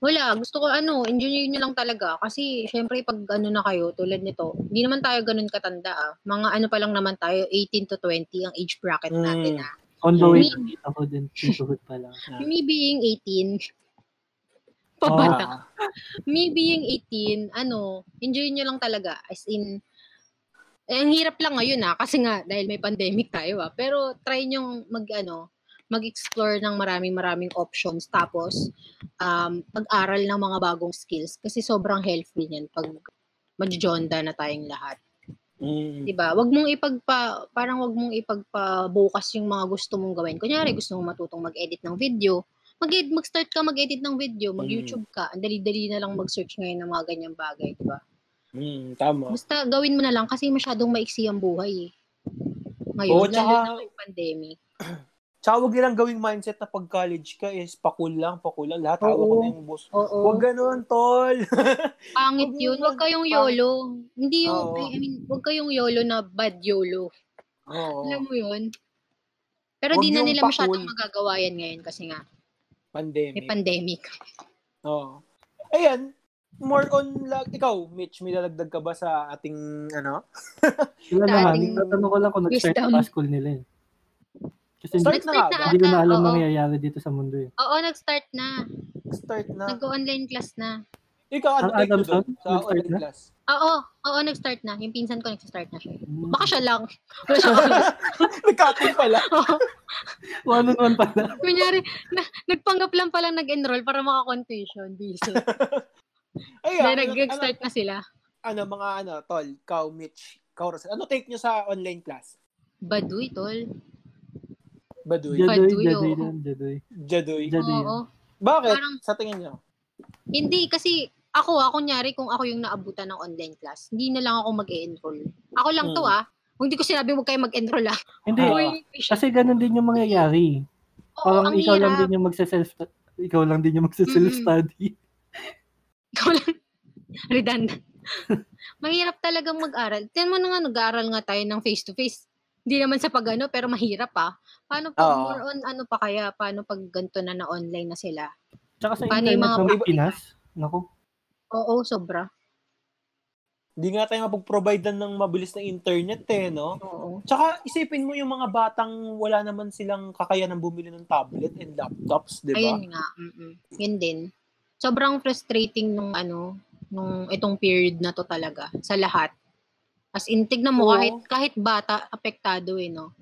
[SPEAKER 3] Wala, gusto ko ano, engineer nyo lang talaga. Kasi syempre pag ano na kayo, tulad nito, hindi naman tayo ganun katanda ah. Mga ano pa lang naman tayo, 18 to 20 ang age bracket natin
[SPEAKER 2] Mm.
[SPEAKER 3] ah.
[SPEAKER 1] On the way
[SPEAKER 3] Me-
[SPEAKER 1] to Tita Hood and Tito Hood pala.
[SPEAKER 3] Me being
[SPEAKER 2] Ah.
[SPEAKER 3] 18.
[SPEAKER 1] Oh.
[SPEAKER 3] Pabata. Me being 18, ano, enjoy nyo lang talaga. As in, eh, ang hirap lang ngayon ah, kasi nga, dahil may pandemic tayo ah. Pero try nyo mag, ano, mag-explore ng maraming maraming options. Tapos, um, pag-aral ng mga bagong skills. Kasi sobrang helpful yan pag majonda na tayong lahat.
[SPEAKER 2] Mm.
[SPEAKER 3] 'di ba? Wag mong ipagpa parang wag mong ipagpabukas yung mga gusto mong gawin.
[SPEAKER 2] Mm.
[SPEAKER 3] Kunyari gusto mong matutong mag-edit ng video, mag mag-start ka mag-edit ng video, mag-YouTube ka. Ang dali-dali na lang mag-search ngayon ng mga ganyang bagay, 'di ba?
[SPEAKER 2] Mm, tama.
[SPEAKER 3] Basta gawin mo na lang kasi masyadong maiksi ang buhay eh. Ngayon,
[SPEAKER 2] Oo,
[SPEAKER 3] lalo
[SPEAKER 2] tsaka-
[SPEAKER 3] na may pandemic.
[SPEAKER 2] Tsaka huwag nilang gawing mindset na pag college ka is pakul lang, pakul lang. Lahat
[SPEAKER 3] Oo.
[SPEAKER 2] hawak ko na yung boss.
[SPEAKER 3] Oo.
[SPEAKER 2] Huwag ganun, tol.
[SPEAKER 3] Pangit
[SPEAKER 2] Huwag
[SPEAKER 3] yun.
[SPEAKER 2] mo
[SPEAKER 3] Huwag kayong
[SPEAKER 2] mag-
[SPEAKER 3] YOLO. Hindi yung,
[SPEAKER 2] Oo.
[SPEAKER 3] I mean, huwag kayong YOLO na bad YOLO.
[SPEAKER 2] Oo.
[SPEAKER 3] Alam mo yun? Pero
[SPEAKER 2] Huwag
[SPEAKER 3] di na
[SPEAKER 2] yung
[SPEAKER 3] nila
[SPEAKER 2] pakul.
[SPEAKER 3] masyadong magagawa yan ngayon kasi nga may
[SPEAKER 2] Pandemic.
[SPEAKER 3] pandemic.
[SPEAKER 2] Oo. Ayan. More on, like, ikaw, Mitch, may lalagdag ka ba sa ating, ano?
[SPEAKER 1] Sila
[SPEAKER 3] Sa
[SPEAKER 1] naman,
[SPEAKER 3] ating
[SPEAKER 1] tatanong ko lang kung nag-start
[SPEAKER 3] wisdom.
[SPEAKER 1] na ba school nila eh. Kasi hindi,
[SPEAKER 2] Start na
[SPEAKER 3] Nag-start
[SPEAKER 2] nga ba?
[SPEAKER 1] hindi ko na alam
[SPEAKER 3] oo.
[SPEAKER 1] nangyayari dito sa mundo eh.
[SPEAKER 3] Oo, nag-start na.
[SPEAKER 2] Start
[SPEAKER 3] Hmm.
[SPEAKER 2] na.
[SPEAKER 3] Nag-online class na.
[SPEAKER 2] Ikaw, ano
[SPEAKER 1] Ang
[SPEAKER 2] take mo
[SPEAKER 1] Adamson?
[SPEAKER 2] doon? Sa
[SPEAKER 1] Nag-start
[SPEAKER 2] online
[SPEAKER 1] na?
[SPEAKER 2] class.
[SPEAKER 3] Oo, oo, nag-start na. Yung pinsan ko nag-start na siya.
[SPEAKER 1] Mm.
[SPEAKER 3] Baka siya lang. Wala siya kasi.
[SPEAKER 2] Nagkating pala.
[SPEAKER 1] One on one pala.
[SPEAKER 3] Kunyari, na, nagpanggap lang pala nag-enroll para maka-contusion. Busy.
[SPEAKER 2] Ayan.
[SPEAKER 3] Dahil nag-start na sila.
[SPEAKER 2] Ano, ano, mga ano, tol, ikaw, Mitch, ikaw, Rosel. Ano take nyo sa online class?
[SPEAKER 3] Baduy, tol.
[SPEAKER 2] Baduy.
[SPEAKER 1] Jadoy,
[SPEAKER 3] Baduy,
[SPEAKER 1] jadoy
[SPEAKER 3] oo.
[SPEAKER 1] lang, jadoy.
[SPEAKER 2] Jadoy.
[SPEAKER 1] Jad- Baduy yun.
[SPEAKER 3] Oo.
[SPEAKER 2] Bakit?
[SPEAKER 3] Parang-
[SPEAKER 2] Sa tingin nyo?
[SPEAKER 3] Hindi, kasi ako ah, kunyari kung ako yung naabutan ng online class, hindi na lang ako mag-enroll. Ako lang to
[SPEAKER 2] Mm.
[SPEAKER 3] ah. Kung hindi ko sinabi huwag kayo mag-enroll ah.
[SPEAKER 1] Hmm. Hindi,
[SPEAKER 2] Oo.
[SPEAKER 3] Uy,
[SPEAKER 1] kasi ganun din yung mangyayari.
[SPEAKER 3] oo,
[SPEAKER 1] Parang
[SPEAKER 3] ang
[SPEAKER 1] ikaw lang
[SPEAKER 3] hirap. Mm.
[SPEAKER 1] din yung magsa-self ikaw lang din yung magsa-self-study.
[SPEAKER 3] Ikaw lang. Redundant. mahirap talagang mag-aral. Tiyan mo na nga, nag-aaral nga tayo ng face-to-face. Hindi naman sa pagano, pero mahirap pa. Paano pag
[SPEAKER 2] Oo.
[SPEAKER 3] more on ano pa kaya? Paano pag ganito na na online na sila?
[SPEAKER 1] Tsaka sa
[SPEAKER 3] Paano
[SPEAKER 1] internet
[SPEAKER 3] yung mga
[SPEAKER 1] ng
[SPEAKER 3] practical?
[SPEAKER 1] Pinas, nako,
[SPEAKER 3] Oo, sobra.
[SPEAKER 2] Hindi nga tayo mapag-provide ng mabilis na internet eh, no?
[SPEAKER 3] Oo.
[SPEAKER 2] Tsaka isipin mo yung mga batang wala naman silang kakayanang bumili ng tablet and laptops, di ba?
[SPEAKER 3] Ayun nga. mm Yun din. Sobrang frustrating nung ano, nung itong period na to talaga. Sa lahat. As in, tignan mo,
[SPEAKER 2] Oo.
[SPEAKER 3] kahit, kahit bata, apektado eh, no?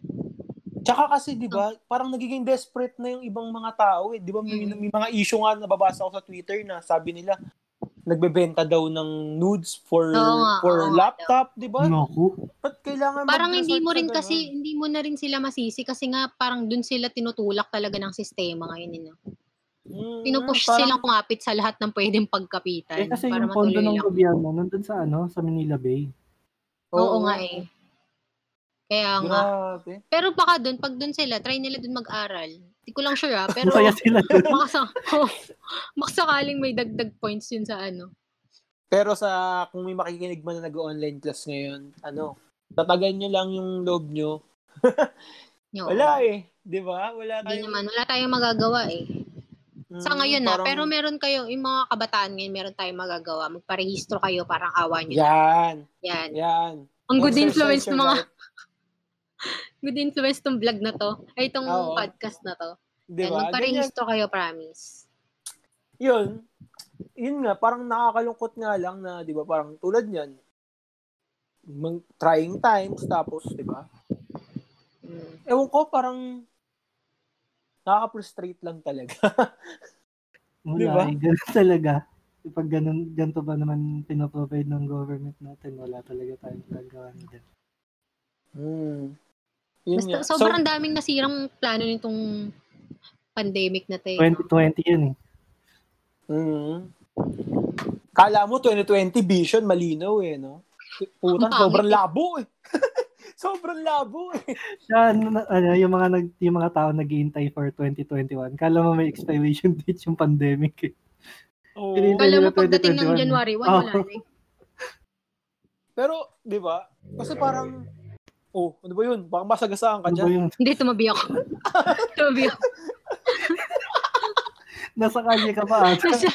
[SPEAKER 2] Tsaka kasi, di ba, parang nagiging desperate na yung ibang mga tao eh. Di ba, may,
[SPEAKER 3] Mm.
[SPEAKER 2] may mga issue nga nababasa ko sa Twitter na sabi nila, nagbebenta daw ng nudes for
[SPEAKER 3] Oo nga, oo
[SPEAKER 2] for
[SPEAKER 3] nga
[SPEAKER 2] laptop, di ba?
[SPEAKER 1] nako.
[SPEAKER 2] Ba't kailangan
[SPEAKER 3] Parang hindi
[SPEAKER 2] mag-resort
[SPEAKER 3] mo
[SPEAKER 2] sa
[SPEAKER 3] rin
[SPEAKER 2] ganun?
[SPEAKER 3] kasi, hindi mo na rin sila masisi kasi nga parang dun sila tinutulak talaga ng sistema ngayon. eh, no?
[SPEAKER 2] Mm,
[SPEAKER 3] Pinupush
[SPEAKER 2] parang-
[SPEAKER 3] silang kumapit sa lahat ng pwedeng
[SPEAKER 1] Eh
[SPEAKER 3] pagkapitan.
[SPEAKER 1] kasi
[SPEAKER 3] para
[SPEAKER 1] yung pondo
[SPEAKER 3] matuloy
[SPEAKER 1] ng
[SPEAKER 3] lang.
[SPEAKER 1] gobyerno nandun sa ano, sa Manila Bay.
[SPEAKER 3] Oo, nga eh. Kaya nga.
[SPEAKER 2] Grabe.
[SPEAKER 3] Pero baka dun, pag dun sila, try nila dun mag-aral. Hindi ko lang sure ah, pero
[SPEAKER 1] Masaya sila dun.
[SPEAKER 3] baka, sa, oh, baka sakaling may dagdag points yun sa ano.
[SPEAKER 2] Pero sa, kung may makikinig man na nag-online class ngayon, ano, tatagan nyo lang yung loob nyo.
[SPEAKER 3] Yo,
[SPEAKER 2] Wala eh. Di ba? Wala
[SPEAKER 3] Hindi
[SPEAKER 2] tayong...
[SPEAKER 3] naman, wala tayong magagawa eh.
[SPEAKER 2] Mm,
[SPEAKER 3] Sa ngayon na,
[SPEAKER 2] parang-
[SPEAKER 3] pero meron kayo, yung mga kabataan ngayon, meron tayong magagawa. Magparehistro kayo, parang awa nyo.
[SPEAKER 2] Yan.
[SPEAKER 3] Yan.
[SPEAKER 2] Yan.
[SPEAKER 3] Ang good
[SPEAKER 2] Exercise
[SPEAKER 3] influence ng
[SPEAKER 2] your
[SPEAKER 3] mga
[SPEAKER 2] life.
[SPEAKER 3] good influence tong vlog na to. Ay, itong
[SPEAKER 2] Oo.
[SPEAKER 3] podcast na to.
[SPEAKER 2] Di ba?
[SPEAKER 3] Yan,
[SPEAKER 2] Ganyan.
[SPEAKER 3] magparehistro kayo, promise.
[SPEAKER 2] Yun. Yun nga, parang nakakalungkot nga lang na, di ba, parang tulad yan. Mang- trying times, tapos, di ba?
[SPEAKER 3] Mm.
[SPEAKER 2] Ewan ko, parang nakaka-frustrate lang talaga.
[SPEAKER 1] Wala,
[SPEAKER 2] Di ba?
[SPEAKER 1] eh, ganun talaga. Pag ganun, ganito ba naman pinaprovide ng government natin, wala talaga tayong gagawa nito.
[SPEAKER 2] Hmm. Yun
[SPEAKER 3] Basta,
[SPEAKER 2] nga.
[SPEAKER 3] sobrang daming nasirang plano nitong pandemic na to. eh.
[SPEAKER 1] 2020 yun eh.
[SPEAKER 2] Mm. Kala mo 2020 vision malinaw eh, no? Putang,
[SPEAKER 3] Ang pangit.
[SPEAKER 2] sobrang labo eh. sobrang labo eh.
[SPEAKER 1] Siya, ano, na- ano, yung mga nag, yung mga tao naghihintay for 2021. Kala mo may expiration date yung pandemic eh.
[SPEAKER 2] Oo.
[SPEAKER 1] Hindi na-
[SPEAKER 3] Alam mo, pagdating ng
[SPEAKER 1] 2021.
[SPEAKER 3] January 1,
[SPEAKER 1] Oo.
[SPEAKER 3] wala
[SPEAKER 2] Oh.
[SPEAKER 3] na eh.
[SPEAKER 2] Pero, di ba? Kasi parang, oh, ano ba yun? Baka masagasaan ka
[SPEAKER 1] Ano ba
[SPEAKER 2] dyan.
[SPEAKER 1] yung
[SPEAKER 3] Hindi, tumabi ako. tumabi ako.
[SPEAKER 1] nasa kalye ka pa ata?
[SPEAKER 3] Nasa,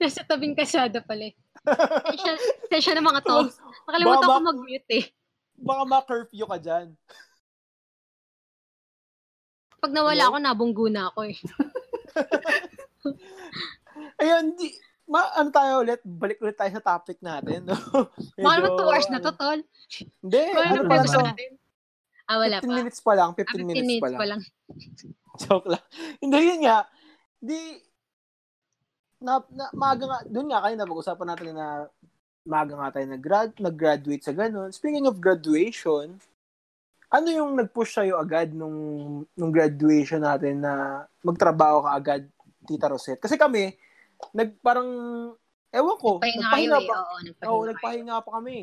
[SPEAKER 3] nasa tabing kasyada pala eh. Sensya, sensya na mga to. Nakalimutan
[SPEAKER 2] Baba-
[SPEAKER 3] ko mag-mute eh.
[SPEAKER 2] Baka ma-curfew ka dyan.
[SPEAKER 3] pag nawala
[SPEAKER 2] Hello?
[SPEAKER 3] ako, nabunggo na ako eh.
[SPEAKER 2] Ayun, di, ma, ano tayo ulit? Balik ulit tayo sa topic natin. No? Medyo,
[SPEAKER 3] Mga naman 2 hours na to, tol.
[SPEAKER 2] Hindi,
[SPEAKER 3] Wala
[SPEAKER 2] ano
[SPEAKER 1] ano
[SPEAKER 2] pa
[SPEAKER 3] na
[SPEAKER 1] ba
[SPEAKER 3] pwede
[SPEAKER 2] lang
[SPEAKER 3] ba
[SPEAKER 2] sa
[SPEAKER 1] naman?
[SPEAKER 3] natin? Ah, wala
[SPEAKER 2] 15
[SPEAKER 3] pa.
[SPEAKER 2] minutes pa lang. 15,
[SPEAKER 3] Ah, 15
[SPEAKER 2] minutes, pa lang.
[SPEAKER 3] pa lang.
[SPEAKER 2] Joke lang. Hindi, yun nga. Di, na, na, maaga nga, dun nga kanina, pag-usapan natin na maaga nga tayo nag-grad, nag-graduate sa ganun. Speaking of graduation, ano yung nag-push sa'yo agad nung, nung graduation natin na magtrabaho ka agad, Tita Rosette? Kasi kami, nag, parang, ewan ko,
[SPEAKER 3] Pahinga kayo
[SPEAKER 2] pa,
[SPEAKER 3] eh. Oo, nagpahinga
[SPEAKER 2] oo,
[SPEAKER 3] kayo.
[SPEAKER 2] nagpahinga pa kami.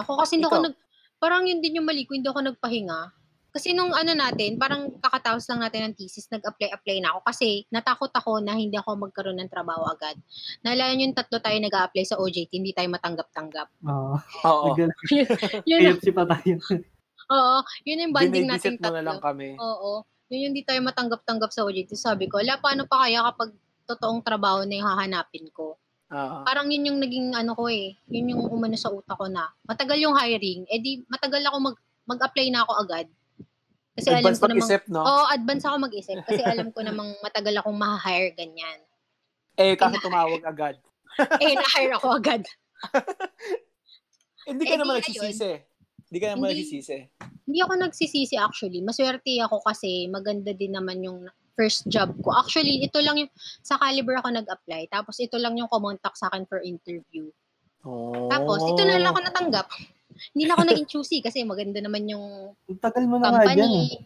[SPEAKER 3] Ako kasi hindi ako
[SPEAKER 2] Ikaw?
[SPEAKER 3] nag... Parang yun din yung mali ko, hindi ako nagpahinga. Kasi nung ano natin, parang kakatapos lang natin ng thesis, nag-apply-apply na ako. Kasi natakot ako na hindi ako magkaroon ng trabaho agad. Nalayan yung tatlo tayo nag-a-apply sa OJT, hindi tayo matanggap-tanggap.
[SPEAKER 1] Oo.
[SPEAKER 2] Oo,
[SPEAKER 1] Nag-
[SPEAKER 2] Eh,
[SPEAKER 3] Yun,
[SPEAKER 1] KFC pa tayo.
[SPEAKER 3] oo, yun yung banding nating
[SPEAKER 2] mo na
[SPEAKER 3] tatlo.
[SPEAKER 2] lang kami.
[SPEAKER 3] Oo. Yun yung di tayo matanggap-tanggap sa OJT. Sabi ko, ala, paano pa kaya kapag totoong trabaho na yung hahanapin ko?
[SPEAKER 2] Oo.
[SPEAKER 3] Parang yun yung naging ano ko eh. Yun yung umano sa utak ko na. Matagal yung hiring. Eh di, matagal ako mag, mag-apply na ako agad. Kasi alam
[SPEAKER 2] Advance
[SPEAKER 3] ko namang... Oh.
[SPEAKER 2] pag-isip, no?
[SPEAKER 3] Oo, advance ako mag-isip. Kasi alam ko namang matagal akong ma-hire ganyan.
[SPEAKER 2] Eh, kasi tumawag agad.
[SPEAKER 3] Eh, na-hire ako agad.
[SPEAKER 2] Hindi ka
[SPEAKER 3] Eh, di
[SPEAKER 2] naman
[SPEAKER 3] ayun.
[SPEAKER 2] nagsisisi. Hindi ka naman
[SPEAKER 3] Hindi.
[SPEAKER 2] nagsisisi.
[SPEAKER 3] Hindi ako nagsisisi actually. Maswerte ako kasi maganda din naman yung first job ko. Actually, ito lang yung, sa Caliber ako nag-apply. Tapos ito lang yung kumontak sa akin for interview.
[SPEAKER 2] Oh.
[SPEAKER 3] Tapos ito na lang ako natanggap. Hindi na ako naging choosy kasi maganda naman yung
[SPEAKER 1] Ang tagal mo na nga dyan eh.
[SPEAKER 3] company.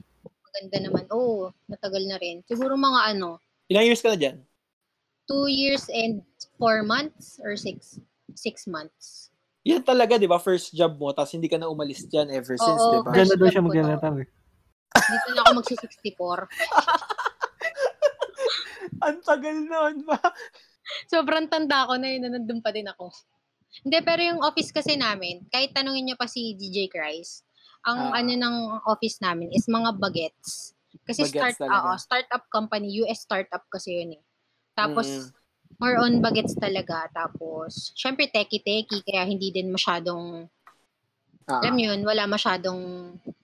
[SPEAKER 3] Maganda naman. Oo, natagal na rin. Siguro mga ano,
[SPEAKER 2] Ilang years ka na dyan?
[SPEAKER 3] two years and four months or six? Six months.
[SPEAKER 2] Yan talaga, di ba? First job mo, tapos hindi ka na umalis dyan ever since, di
[SPEAKER 3] Oo.
[SPEAKER 2] ba?
[SPEAKER 1] Diyan na daw siya eh.
[SPEAKER 3] First job ko to.
[SPEAKER 1] magre-retire.
[SPEAKER 3] Dito na ako magsi-64.
[SPEAKER 2] Ang tagal noon ba?
[SPEAKER 3] sobrang tanda ko na yun, na nandun pa din ako. Hindi, pero yung office kasi namin, kahit tanungin nyo pa si DJ Christ, ang
[SPEAKER 2] Ah.
[SPEAKER 3] ano ng office namin is mga bagets. Kasi
[SPEAKER 2] Bagets
[SPEAKER 3] start,
[SPEAKER 2] talaga.
[SPEAKER 3] oo, startup company, US startup kasi yun eh. Tapos, more on bagets talaga. Tapos, syempre teki-teki, kaya hindi din masyadong,
[SPEAKER 2] Ah,
[SPEAKER 3] alam nyo yun, wala masyadong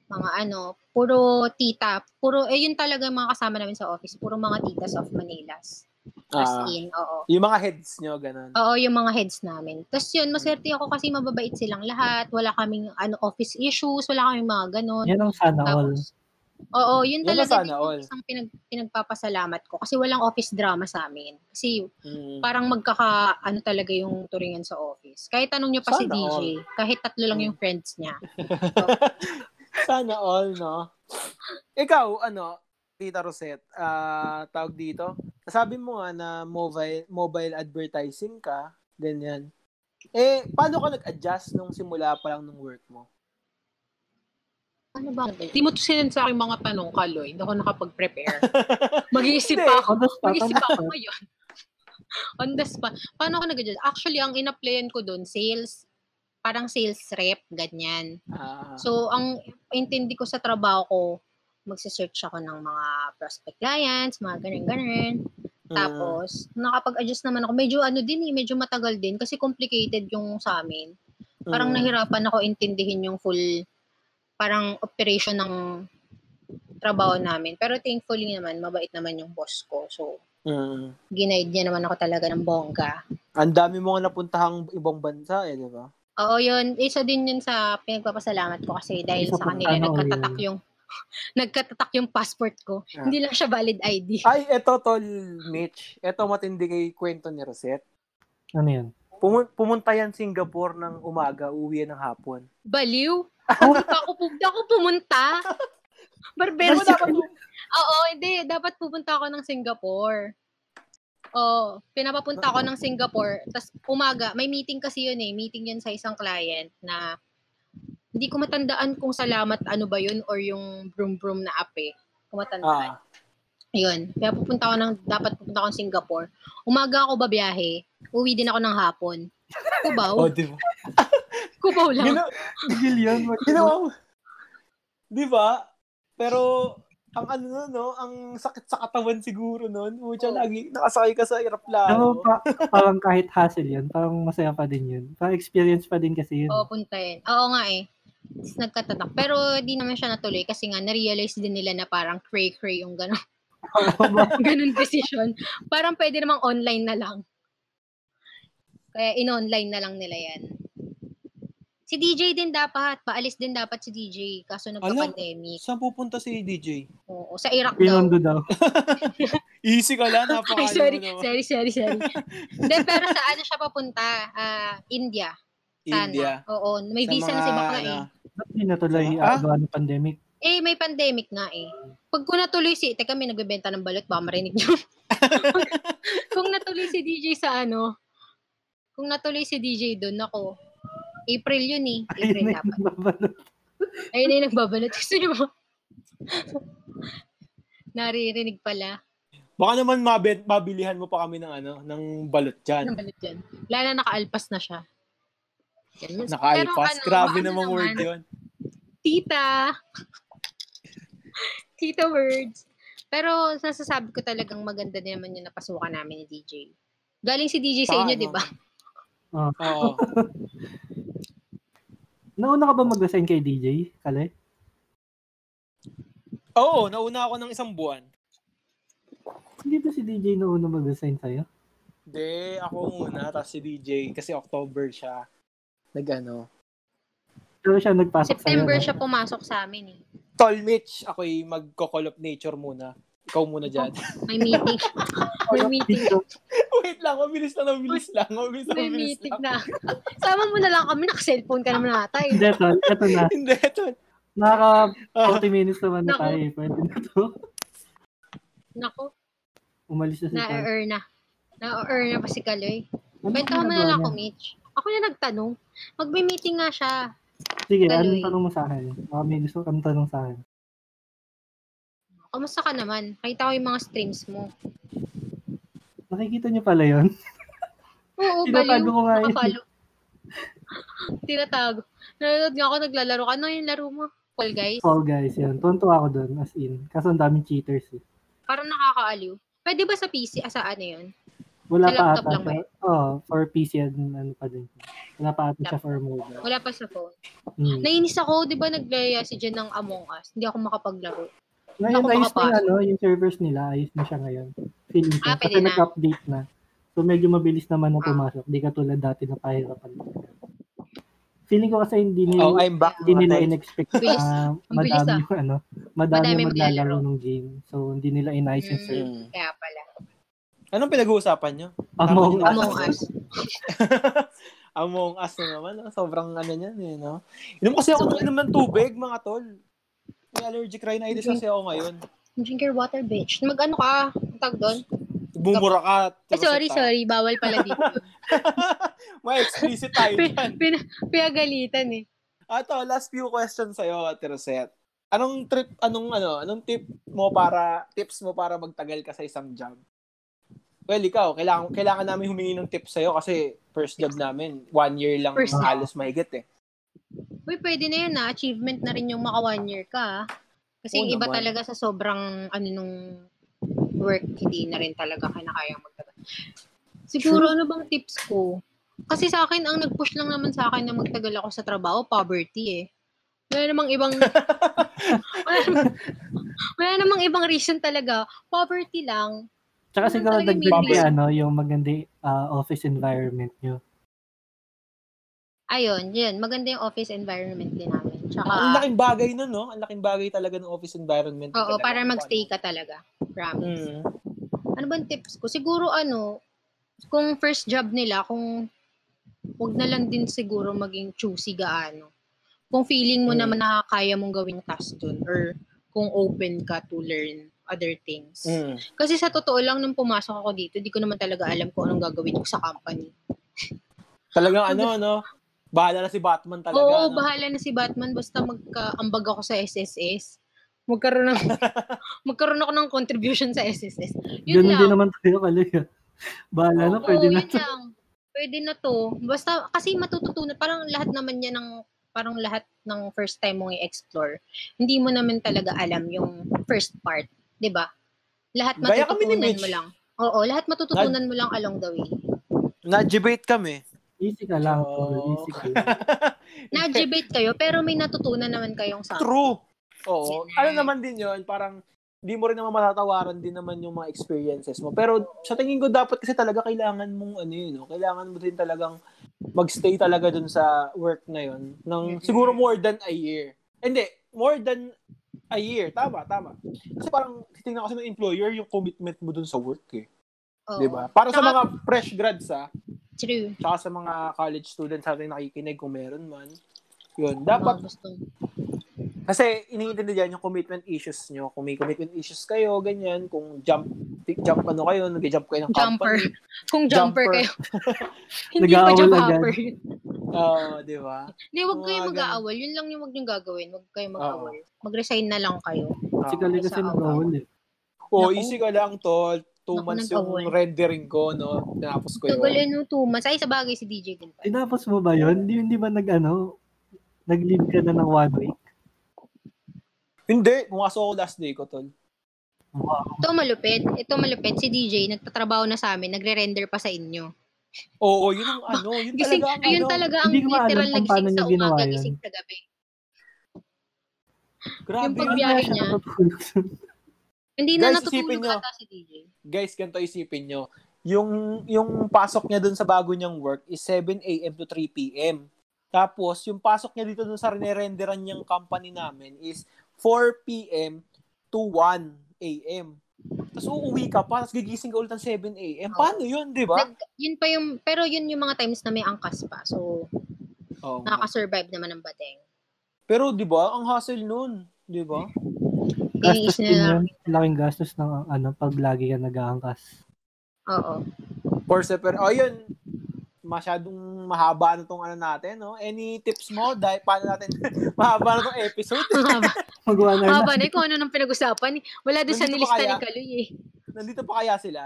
[SPEAKER 3] mga ano, puro tita, puro, eh yun talaga yung mga kasama namin sa office, puro mga titas of Manilas. As
[SPEAKER 2] ah.
[SPEAKER 3] in, oo.
[SPEAKER 2] yung mga heads nyo, ganun.
[SPEAKER 3] Oo, yung mga heads namin. Tapos yun, maswerte ako kasi mababait silang lahat. Wala kaming ano office issues, wala kaming mga ganun.
[SPEAKER 1] Yan ang sana all.
[SPEAKER 3] Tapos, oo,
[SPEAKER 2] Yun
[SPEAKER 3] yun
[SPEAKER 2] na
[SPEAKER 3] talaga
[SPEAKER 2] sana
[SPEAKER 3] din yung
[SPEAKER 2] all.
[SPEAKER 3] isang pinag, pinagpapasalamat ko kasi walang office drama sa amin. Kasi
[SPEAKER 2] Mm.
[SPEAKER 3] parang magkaka, ano talaga yung turingan sa office. Kahit tanong nyo pa si
[SPEAKER 2] Sana
[SPEAKER 3] DJ, kahit tatlo lang
[SPEAKER 2] Mm.
[SPEAKER 3] yung friends niya.
[SPEAKER 2] Sana all, no? Ikaw, ano, Tita Rosette, ah, tawag dito, sabi mo nga na mobile, mobile advertising ka, ganyan. Eh, paano ka nag-adjust nung simula pa lang ng work mo?
[SPEAKER 3] Ano ba? Hindi mo to sa akin mga tanong, Kaloy. Hindi ako nakapag-prepare. Mag-iisip
[SPEAKER 2] Hindi.
[SPEAKER 3] pa ako.
[SPEAKER 1] On the spot, on
[SPEAKER 3] Mag-isip
[SPEAKER 1] the
[SPEAKER 3] ako
[SPEAKER 1] spot.
[SPEAKER 3] ngayon. On the spot. Paano ako nag-adjust? Actually, ang in-applyan ko doon, sales, parang sales rep, ganyan.
[SPEAKER 2] Ah,
[SPEAKER 3] So, ang intindi ko sa trabaho ko, magse-search ako ng mga prospect clients, mga ganun-ganun.
[SPEAKER 2] mm.
[SPEAKER 3] Tapos, nakapag-adjust naman ako. Medyo ano din eh, medyo matagal din kasi complicated yung sa amin. Parang
[SPEAKER 2] Mm.
[SPEAKER 3] nahirapan ako intindihin yung full parang operation ng trabaho namin. Pero thankfully naman, mabait naman yung boss ko. So,
[SPEAKER 2] Mm.
[SPEAKER 3] ginaid niya naman ako talaga ng bongga.
[SPEAKER 2] Ang dami mo nga napuntahang ibang bansa eh, di ba?
[SPEAKER 3] Oo, yun. Isa din yun sa pinagpapasalamat ko kasi dahil
[SPEAKER 1] Isa
[SPEAKER 3] sa
[SPEAKER 1] pang
[SPEAKER 3] kanila,
[SPEAKER 1] tao
[SPEAKER 3] nagkatatak
[SPEAKER 1] yun.
[SPEAKER 3] yung nagkatatak yung passport ko.
[SPEAKER 2] Ah.
[SPEAKER 3] Hindi lang siya valid ID.
[SPEAKER 2] Ay, eto tol, Mitch. Eto matindi kay kwento ni Rosette.
[SPEAKER 1] Ano yan?
[SPEAKER 2] Pumun- pumunta yan Singapore ng umaga, uwi yan ng hapon.
[SPEAKER 3] Baliw. Hindi pa ako, pu- ako pumunta. Barbero
[SPEAKER 2] Pero
[SPEAKER 1] Dapat-
[SPEAKER 3] sa
[SPEAKER 2] dapat mo,
[SPEAKER 3] Oo, hindi. Dapat pupunta ako ng Singapore. Oo, pinapapunta ako ng Singapore. Tapos umaga, may meeting kasi yun eh. Meeting yun sa isang client na hindi ko matandaan kung salamat ano ba yun or yung broom broom na app eh. Kung
[SPEAKER 2] ah,
[SPEAKER 3] matandaan. Yun. Kaya pupunta ako ng, dapat pupunta ako ng Singapore. Umaga ako babiyahe. Uwi din ako ng hapon. Kubaw.
[SPEAKER 2] oh, di ba?
[SPEAKER 3] Kubaw lang.
[SPEAKER 2] Gina-
[SPEAKER 1] Tigil yun. wag-
[SPEAKER 2] ginawa mo. Di ba? Pero, ang ano nun, no? Ang sakit sa katawan siguro nun. Ucha,
[SPEAKER 3] Oo.
[SPEAKER 2] lagi nakasakay ka sa
[SPEAKER 1] Pero
[SPEAKER 2] aeroplano.
[SPEAKER 1] pa, parang kahit hassle yun, parang masaya pa din yun. Parang experience pa din kasi yun.
[SPEAKER 3] Oo, punta yun. Oo nga eh. Tapos nagkatatak. Pero di naman siya natuloy kasi nga na-realize din nila na parang cray-cray yung gano'n. ganun decision. Parang pwede namang online na lang. Kaya in-online na lang nila yan. Si DJ din dapat. Paalis din dapat si DJ. Kaso
[SPEAKER 2] Ano?
[SPEAKER 3] nagka-pandemic.
[SPEAKER 2] Saan pupunta si DJ?
[SPEAKER 3] Oo, sa Iraq daw.
[SPEAKER 1] Pinondo daw.
[SPEAKER 2] Easy ka lang, ano,
[SPEAKER 3] Ay,
[SPEAKER 2] napakalo
[SPEAKER 3] sorry,
[SPEAKER 2] mo naman.
[SPEAKER 3] sorry, sorry, sorry. Hindi, pero sa ano siya papunta? Ah, India. Sana.
[SPEAKER 2] India.
[SPEAKER 3] Oo, may
[SPEAKER 2] Sa
[SPEAKER 3] visa na si
[SPEAKER 2] mga,
[SPEAKER 3] Bakla
[SPEAKER 2] ano,
[SPEAKER 3] eh.
[SPEAKER 1] Ba't di natuloy
[SPEAKER 2] Ah?
[SPEAKER 1] ah? gawa ng pandemic?
[SPEAKER 3] Eh, may pandemic nga eh. Pag kung natuloy si... Teka, may nagbebenta ng balot. Baka marinig nyo. kung natuloy si DJ sa ano... Kung natuloy si DJ doon, ako. April yun eh. April
[SPEAKER 1] Ayun na
[SPEAKER 3] dapat.
[SPEAKER 1] yung nagbabalot.
[SPEAKER 3] Ayun na yung nagbabalot. Gusto nyo ba? Naririnig pala.
[SPEAKER 2] Baka naman mabet, mabilihan mo pa kami ng ano, ng balot dyan.
[SPEAKER 3] Ang balot yan. Lala, nakaalpas na siya. Yan.
[SPEAKER 2] Naka-alpas.
[SPEAKER 3] Pero ano,
[SPEAKER 2] Grabe
[SPEAKER 3] ano
[SPEAKER 2] namang
[SPEAKER 3] naman,
[SPEAKER 2] word yun.
[SPEAKER 3] Tita! Tita words. Pero nasasabi ko talagang maganda din naman yung napasukan namin ni DJ. Galing si DJ sa inyo,
[SPEAKER 2] Paano?
[SPEAKER 3] di ba?
[SPEAKER 1] Oh.
[SPEAKER 2] Oo.
[SPEAKER 1] Nauna ka ba mag-resign kay DJ, Kale?
[SPEAKER 2] Oo, nauna ako ng isang buwan.
[SPEAKER 1] Hindi ba si DJ nauna mag-resign sa'yo?
[SPEAKER 2] Hindi, ako muna, tapos si DJ, kasi October siya. Nag-ano.
[SPEAKER 1] Pero siya nagpasok
[SPEAKER 3] September
[SPEAKER 1] sa'yo.
[SPEAKER 3] siya pumasok sa amin eh.
[SPEAKER 2] Tol Mitch, ako'y magko-call of nature muna. Ikaw muna dyan.
[SPEAKER 3] May meeting. May meeting.
[SPEAKER 2] Wait lang, mabilis lang, mabilis lang, mabilis lang,
[SPEAKER 3] May
[SPEAKER 2] mabilis
[SPEAKER 3] meeting
[SPEAKER 2] lang.
[SPEAKER 3] na. Sama mo na lang kami. Naka-cellphone ka naman ata eh.
[SPEAKER 1] Hindi, tol. Ito na.
[SPEAKER 2] Hindi, tol.
[SPEAKER 1] Naka
[SPEAKER 2] Ah,
[SPEAKER 1] 40 minutes naman na
[SPEAKER 3] Naku.
[SPEAKER 1] tayo. eh. Pwede na to.
[SPEAKER 3] Nako,
[SPEAKER 1] Umalis na si Tol.
[SPEAKER 3] na-earn na. Na-earn na pa si Kaloy.
[SPEAKER 1] Ano
[SPEAKER 3] Kwento
[SPEAKER 1] ang
[SPEAKER 3] mo
[SPEAKER 1] ginagawa
[SPEAKER 3] na
[SPEAKER 1] niya?
[SPEAKER 3] lang ako, Mitch. Ako na nagtanong. Magme-meeting nga siya.
[SPEAKER 1] Sige,
[SPEAKER 3] Kaloy.
[SPEAKER 1] anong tanong mo sa akin? Baka may gusto kang tanong sa akin.
[SPEAKER 3] Kamusta ka naman? Nakita ko yung mga streams mo.
[SPEAKER 1] Nakikita niyo pala yun?
[SPEAKER 3] Oo,
[SPEAKER 1] Tinatago
[SPEAKER 3] baliw.
[SPEAKER 1] ko nga yun.
[SPEAKER 3] Nakapalo. Tinatago. Nanonood nga ako, naglalaro ka. Ano yung laro mo? Call guys?
[SPEAKER 1] Fall Oh, guys, yun. Tuntua ako doon, as in. Kaso ang daming cheaters eh.
[SPEAKER 3] Parang nakakaaliw. Pwede ba sa PC? Ah, sa ano yun?
[SPEAKER 1] Wala
[SPEAKER 3] Sa
[SPEAKER 1] pa
[SPEAKER 3] laptop
[SPEAKER 1] ata.
[SPEAKER 3] lang ba
[SPEAKER 1] siya- Oo, for PC and ano pa din. Wala pa ata siya for mobile.
[SPEAKER 3] Wala pa sa phone.
[SPEAKER 1] Hmm.
[SPEAKER 3] Nainis ako, di ba naglaya si Jen ng Among Us? Hindi ako makapaglaro.
[SPEAKER 1] Ngayon,
[SPEAKER 3] Ako
[SPEAKER 1] ayos na yung,
[SPEAKER 3] makapasok.
[SPEAKER 1] ano, yung servers nila, ayos na siya ngayon. Feeling ko.
[SPEAKER 3] Ah,
[SPEAKER 1] Kasi
[SPEAKER 3] pwede na.
[SPEAKER 1] nag-update na. So, medyo mabilis naman na
[SPEAKER 3] Ah.
[SPEAKER 1] pumasok. Di katulad dati na pahirapan. Feeling ko kasi hindi nila,
[SPEAKER 2] Oh, I'm back.
[SPEAKER 1] hindi nila
[SPEAKER 2] mga tol.
[SPEAKER 1] in-expect
[SPEAKER 3] Bilis.
[SPEAKER 1] na
[SPEAKER 3] Ang bilis,
[SPEAKER 1] madami
[SPEAKER 3] ah.
[SPEAKER 1] yung ano, madami,
[SPEAKER 3] Madami
[SPEAKER 1] yung
[SPEAKER 3] maglalaro.
[SPEAKER 1] maglalaro ng game. So, hindi nila in-ayos yung
[SPEAKER 3] Mm.
[SPEAKER 1] server.
[SPEAKER 2] Hmm.
[SPEAKER 3] Kaya pala.
[SPEAKER 2] Anong pinag-uusapan nyo?
[SPEAKER 1] Among
[SPEAKER 2] Tama yun.
[SPEAKER 1] Us.
[SPEAKER 3] Among Us.
[SPEAKER 2] Among us na naman. ah. Sobrang ano niyan, eh, no? Inom kasi ako ng inom ng tubig, mga tol. May allergic rhinitis kasi ako ngayon.
[SPEAKER 3] Drink your water, bitch. Mag-ano ka? Ang Tag doon?
[SPEAKER 2] Bumura ka.
[SPEAKER 3] Eh, sorry,
[SPEAKER 2] Rosetta.
[SPEAKER 3] sorry. Bawal pala dito.
[SPEAKER 2] May explicit tayo
[SPEAKER 3] Pi-
[SPEAKER 2] dyan.
[SPEAKER 3] pina- Pinagalitan eh.
[SPEAKER 2] Ato, last few questions sa'yo, Ate Rosette. Anong trip, anong ano, anong tip mo para, tips mo para magtagal ka sa isang job? Well, ikaw, kailangan, kailangan namin humingi ng tips sa'yo kasi first job namin, one year lang
[SPEAKER 3] First
[SPEAKER 1] job.
[SPEAKER 2] halos mahigit eh.
[SPEAKER 3] Uy, pwede na yun na. Achievement na rin yung maka one year ka. ah. Kasi
[SPEAKER 2] Oo
[SPEAKER 3] yung iba
[SPEAKER 2] naman.
[SPEAKER 3] talaga sa sobrang ano nung work, hindi na rin talaga kinakayang magtagal. Siguro ano bang tips ko? Kasi sa akin, ang nag-push lang naman sa akin na magtagal ako sa trabaho, poverty eh. Wala namang ibang... wala, namang, wala namang ibang reason talaga. Poverty lang.
[SPEAKER 1] Tsaka
[SPEAKER 3] Yun
[SPEAKER 1] siguro
[SPEAKER 3] talaga yung
[SPEAKER 1] dagdag
[SPEAKER 2] bilis.
[SPEAKER 1] yung ano, yung maganda ah, office environment nyo.
[SPEAKER 3] Ayun, yun. Maganda yung office environment din namin. Tsaka,
[SPEAKER 2] Ang laking bagay nun, no? Ang laking bagay talaga ng office environment.
[SPEAKER 3] oo,
[SPEAKER 2] Talaga.
[SPEAKER 3] para magstay ka talaga. Promise.
[SPEAKER 2] Mm.
[SPEAKER 3] ano bang tips ko? Siguro ano, kung first job nila, kung wag na lang din siguro maging choosy gaano. Kung feeling mo
[SPEAKER 2] Mm.
[SPEAKER 3] naman na kaya mong gawing task dun or kung open ka to learn other things.
[SPEAKER 2] Mm.
[SPEAKER 3] Kasi sa totoo lang, nung pumasok ako dito, di ko naman talaga alam kung anong gagawin ko sa company.
[SPEAKER 2] Talagang ano, no? Bahala na si Batman talaga. no?
[SPEAKER 3] Oo, bahala na si Batman basta magkaambag ako sa SSS. Magkaroon ng magkaroon ako ng contribution sa SSS.
[SPEAKER 1] Ganun
[SPEAKER 3] Yun lang.
[SPEAKER 1] din naman tayo pala yun. Bahala na,
[SPEAKER 2] Oo,
[SPEAKER 1] pwede
[SPEAKER 3] Oo,
[SPEAKER 1] na.
[SPEAKER 3] yun lang. Pwede na to. Basta, kasi matututunan, parang lahat naman yan ng, parang lahat ng first time mong i-explore, hindi mo naman talaga alam yung first part. 'di ba? Lahat
[SPEAKER 2] Gaya kami ni
[SPEAKER 3] matututunan
[SPEAKER 2] Mitch.
[SPEAKER 3] mo lang. Oo, lahat matututunan mo lang along the way.
[SPEAKER 2] Na-debate kami.
[SPEAKER 1] Easy ka lang. tol.
[SPEAKER 2] Oo.
[SPEAKER 1] Easy ka lang.
[SPEAKER 3] Na-debate kayo, pero may natutunan naman kayong sa...
[SPEAKER 2] True. Oo.
[SPEAKER 3] Sige.
[SPEAKER 2] Ano naman din yun, parang di mo rin naman matatawaran din naman yung mga experiences mo. Pero sa tingin ko dapat kasi talaga kailangan mong ano yun, no? kailangan mo din talagang magstay talaga dun sa work na yun. Ng,
[SPEAKER 3] Mhm.
[SPEAKER 2] siguro more than a year. Hindi, more than a year. Tama, tama. Kasi parang titingnan kasi ng employer yung commitment mo dun sa work eh.
[SPEAKER 3] Oo.
[SPEAKER 2] Di ba? Para sa
[SPEAKER 3] Tsaka-
[SPEAKER 2] mga fresh grads ah,
[SPEAKER 3] True.
[SPEAKER 2] tsaka sa mga college students sa atin nakikinig kung meron man. Yun, dapat
[SPEAKER 3] Mga gusto.
[SPEAKER 2] kasi iniintindihan yung commitment issues nyo. Kung may commitment issues kayo, ganyan. Kung jump, jump ano kayo, nag-jump kayo ng
[SPEAKER 3] Jumper.
[SPEAKER 2] company.
[SPEAKER 3] Kung jumper,
[SPEAKER 2] Jumper.
[SPEAKER 3] kayo. Hindi ko
[SPEAKER 1] Nag-aawal
[SPEAKER 3] jump
[SPEAKER 1] agad.
[SPEAKER 3] hopper.
[SPEAKER 2] Oo, di ba?
[SPEAKER 3] Hindi, wag
[SPEAKER 2] Mga
[SPEAKER 3] kayo
[SPEAKER 2] ganun.
[SPEAKER 3] mag-aawal. Yun lang yung wag niyong gagawin. Wag kayo mag-aawal. Mag-resign na lang kayo.
[SPEAKER 1] Easy ka lang kasi
[SPEAKER 3] Sa
[SPEAKER 1] mag-awal eh.
[SPEAKER 2] Oo,
[SPEAKER 3] Naku.
[SPEAKER 2] easy ka lang, tol. Two
[SPEAKER 3] Naku,
[SPEAKER 2] months
[SPEAKER 3] nag-awal.
[SPEAKER 2] yung rendering ko, no? Tinapos ko yun.
[SPEAKER 3] Tagal yun nung two months. Ay, sa bagay si DJ din pa.
[SPEAKER 1] Tinapos mo ba yun? Hindi, hindi ba nag-ano? Nag-leave ka na ng one week?
[SPEAKER 2] Hindi, pumasok ako last day ko, tol.
[SPEAKER 1] Wow.
[SPEAKER 3] Ito malupit. Ito malupit. Si DJ, nagtatrabaho na sa amin. Nagre-render pa sa inyo.
[SPEAKER 2] Oo, yun ang ano, yun
[SPEAKER 3] Gising,
[SPEAKER 2] talaga ang
[SPEAKER 3] ayun
[SPEAKER 2] ano.
[SPEAKER 3] talaga ang
[SPEAKER 1] Hindi ko maalam
[SPEAKER 3] literal
[SPEAKER 1] kung
[SPEAKER 3] na
[SPEAKER 1] paano
[SPEAKER 3] gising sa
[SPEAKER 1] niya ginawa
[SPEAKER 3] umaga,
[SPEAKER 1] yan.
[SPEAKER 3] gising sa gabi.
[SPEAKER 2] Grabe,
[SPEAKER 3] yung
[SPEAKER 2] yun.
[SPEAKER 3] pagbiyahe
[SPEAKER 1] Wala siya
[SPEAKER 3] niya.
[SPEAKER 1] natutulog ano sa-
[SPEAKER 3] Hindi na
[SPEAKER 2] Guys, isipin
[SPEAKER 3] natutulog
[SPEAKER 2] nyo.
[SPEAKER 3] ata si DJ.
[SPEAKER 2] guys, ganito isipin nyo. Yung, yung pasok niya dun sa bago niyang work is 7 a.m. to 3 p.m. Tapos, yung pasok niya dito dun sa nirenderan niyang company namin is 4 p.m. to 1 a.m. Tapos uuwi ka pa, tapos gigising ka ulit ng 7 a.m. Paano yun, di ba?
[SPEAKER 3] Nag- Yun pa yung, pero yun yung mga times na may angkas pa. So,
[SPEAKER 2] Oo nga.
[SPEAKER 3] nakaka-survive naman ng bateng.
[SPEAKER 2] Pero di ba, ang hassle nun, di ba?
[SPEAKER 1] Gastos
[SPEAKER 3] Tiniis
[SPEAKER 1] din
[SPEAKER 3] na
[SPEAKER 1] yun. Laking gastos ng ano, pag lagi ka nag-aangkas.
[SPEAKER 3] Oo.
[SPEAKER 2] For separate, oh yun, masyadong mahaba na tong ano natin, no? Any tips mo? Dahil paano natin, mahaba na tong episode.
[SPEAKER 3] Mahaba.
[SPEAKER 1] Magawa na
[SPEAKER 3] Mahaba na yun kung ano nang pinag-usapan. Wala din sa
[SPEAKER 2] Nandito ba
[SPEAKER 3] nilista ni
[SPEAKER 2] kaya?
[SPEAKER 3] Kaloy eh.
[SPEAKER 2] Nandito pa kaya sila?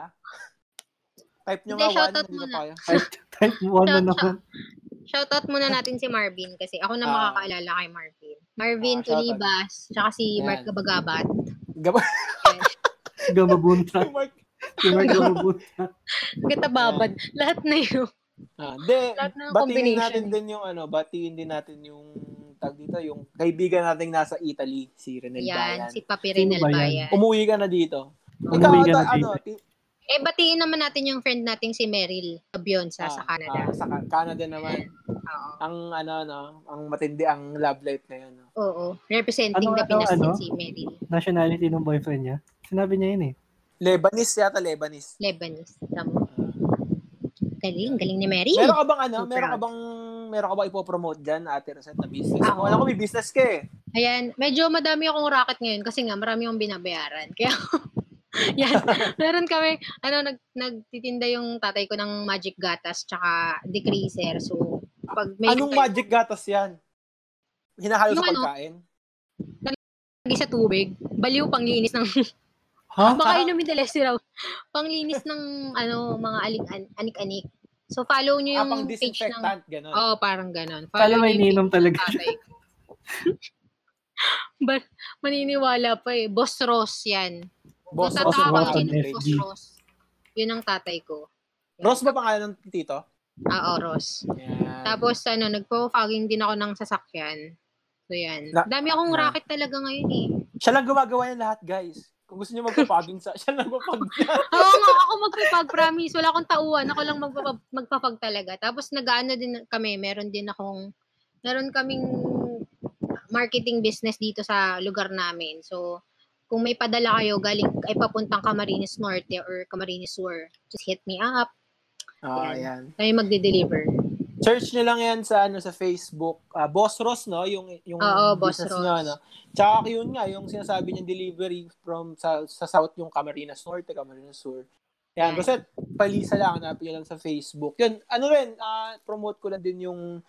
[SPEAKER 2] Type nyo
[SPEAKER 3] Hindi,
[SPEAKER 2] nga one,
[SPEAKER 3] shoutout
[SPEAKER 2] nandito
[SPEAKER 3] muna.
[SPEAKER 2] pa kaya.
[SPEAKER 1] Type, type 1 na
[SPEAKER 3] Shoutout.
[SPEAKER 1] naman.
[SPEAKER 3] Shoutout muna natin si Marvin kasi ako na
[SPEAKER 2] Ah.
[SPEAKER 3] makakaalala kay Marvin. Marvin
[SPEAKER 2] Ah, shoutout.
[SPEAKER 3] Tulibas, tsaka si
[SPEAKER 2] Ayan.
[SPEAKER 3] Mark Gabagabat.
[SPEAKER 2] Gab-
[SPEAKER 1] Gamabunta.
[SPEAKER 2] Mark.
[SPEAKER 1] Si Mark gamabunta.
[SPEAKER 3] Gatababad. Lahat na yun.
[SPEAKER 2] Ah, de,
[SPEAKER 3] Lahat ng
[SPEAKER 2] batiin
[SPEAKER 3] combination
[SPEAKER 2] natin
[SPEAKER 3] eh.
[SPEAKER 2] din yung ano, batiin din natin yung tag dito, yung kaibigan nating nasa Italy, si Renel
[SPEAKER 3] Yan,
[SPEAKER 2] Bayan.
[SPEAKER 3] si Papirin
[SPEAKER 1] Sino ba yan?
[SPEAKER 3] Elbayan.
[SPEAKER 2] Umuwi ka na dito.
[SPEAKER 1] Umuwi
[SPEAKER 2] Ikaw,
[SPEAKER 1] ka
[SPEAKER 2] ito,
[SPEAKER 1] na
[SPEAKER 2] ano, ti-
[SPEAKER 3] Eh, batiin naman natin yung friend nating si Meryl Abionsa sa
[SPEAKER 2] ah,
[SPEAKER 3] Canada.
[SPEAKER 2] ah, sa Ca- Canada naman.
[SPEAKER 3] Oo.
[SPEAKER 2] Ang ano, no, ang matindi ang love life na yun. No?
[SPEAKER 3] Oo. Representing
[SPEAKER 1] Ano,
[SPEAKER 3] the
[SPEAKER 1] ano,
[SPEAKER 3] Pinas din
[SPEAKER 1] ano?
[SPEAKER 3] si Meryl.
[SPEAKER 1] Nationality ng boyfriend niya. Sinabi niya yun eh.
[SPEAKER 2] Lebanese yata, Lebanese.
[SPEAKER 3] Lebanese. Tama.
[SPEAKER 2] Ah.
[SPEAKER 3] Galing, galing ni Meryl.
[SPEAKER 2] meron ka bang ano,
[SPEAKER 3] Super
[SPEAKER 2] meron ka
[SPEAKER 3] out.
[SPEAKER 2] bang meron ka ba ipopromote dyan, Ate Rosette, na business?
[SPEAKER 3] Ako.
[SPEAKER 2] Alam ko may business ka eh.
[SPEAKER 3] Ayan, medyo madami akong racket ngayon kasi nga marami akong binabayaran. Kaya yan. Meron kami, ano, nag, nagtitinda yung tatay ko ng magic gatas tsaka decreaser. So, pag may
[SPEAKER 2] Anong magic gatas yan? Hinahalo sa
[SPEAKER 3] Yung ano?
[SPEAKER 2] pagkain?
[SPEAKER 3] lagi sa tubig, baliw panglinis ng,
[SPEAKER 1] Ha?
[SPEAKER 3] Ah, baka inumin nila si Raul, panglinis ng, ano, mga aling, an- anik-anik. So, follow nyo
[SPEAKER 2] Ah,
[SPEAKER 3] yung
[SPEAKER 2] pang
[SPEAKER 3] page ng,
[SPEAKER 2] disinfectant, gano'n.
[SPEAKER 3] oh, parang ganon.
[SPEAKER 1] Kala
[SPEAKER 3] Follow
[SPEAKER 1] may
[SPEAKER 3] nyo yung
[SPEAKER 1] iniinom talaga.
[SPEAKER 3] page ng tatay ko. But, maniniwala pa eh. Boss Ross yan.
[SPEAKER 2] Boss,
[SPEAKER 1] Ross,
[SPEAKER 3] Boss
[SPEAKER 1] Ross
[SPEAKER 3] Ross.
[SPEAKER 1] on
[SPEAKER 3] Boss
[SPEAKER 1] FB.
[SPEAKER 3] Ross. Yun ang tatay ko.
[SPEAKER 2] Ross ba pangalan ng tito?
[SPEAKER 3] Oo, Ross.
[SPEAKER 2] Yan.
[SPEAKER 3] Tapos ano, nagpo-fogging din ako ng sasakyan. So yan.
[SPEAKER 2] Na-
[SPEAKER 3] Dami akong
[SPEAKER 2] na-
[SPEAKER 3] racket talaga ngayon eh.
[SPEAKER 2] Siya lang gumagawa ng lahat, guys. Kung gusto niyo magpapagin sa, siya lang magpapagin.
[SPEAKER 3] Oo nga, ako magpapag, promise. Wala akong tauhan. Ako lang magpapag, magpapag talaga. Tapos nag-ano din kami, meron din akong, meron kaming marketing business dito sa lugar namin. So, kung may padala kayo galing ay papuntang Camarines Norte or Camarines Sur, just hit me up.
[SPEAKER 2] Ah, yan.
[SPEAKER 3] Kami magde-deliver.
[SPEAKER 2] Search niyo lang yan sa ano sa Facebook. Ah, Boss Ross, no? Yung, yung
[SPEAKER 3] Oo, Boss
[SPEAKER 2] business
[SPEAKER 3] Ross.
[SPEAKER 2] niya, no? Tsaka yun nga, yung sinasabi niya delivery from sa, sa South yung Camarines Norte, Camarines Sur. Yan,
[SPEAKER 3] Yan.
[SPEAKER 2] Rosette, palisa lang, hanapin niyo lang sa Facebook. Yun, ano rin, ah, promote ko lang din yung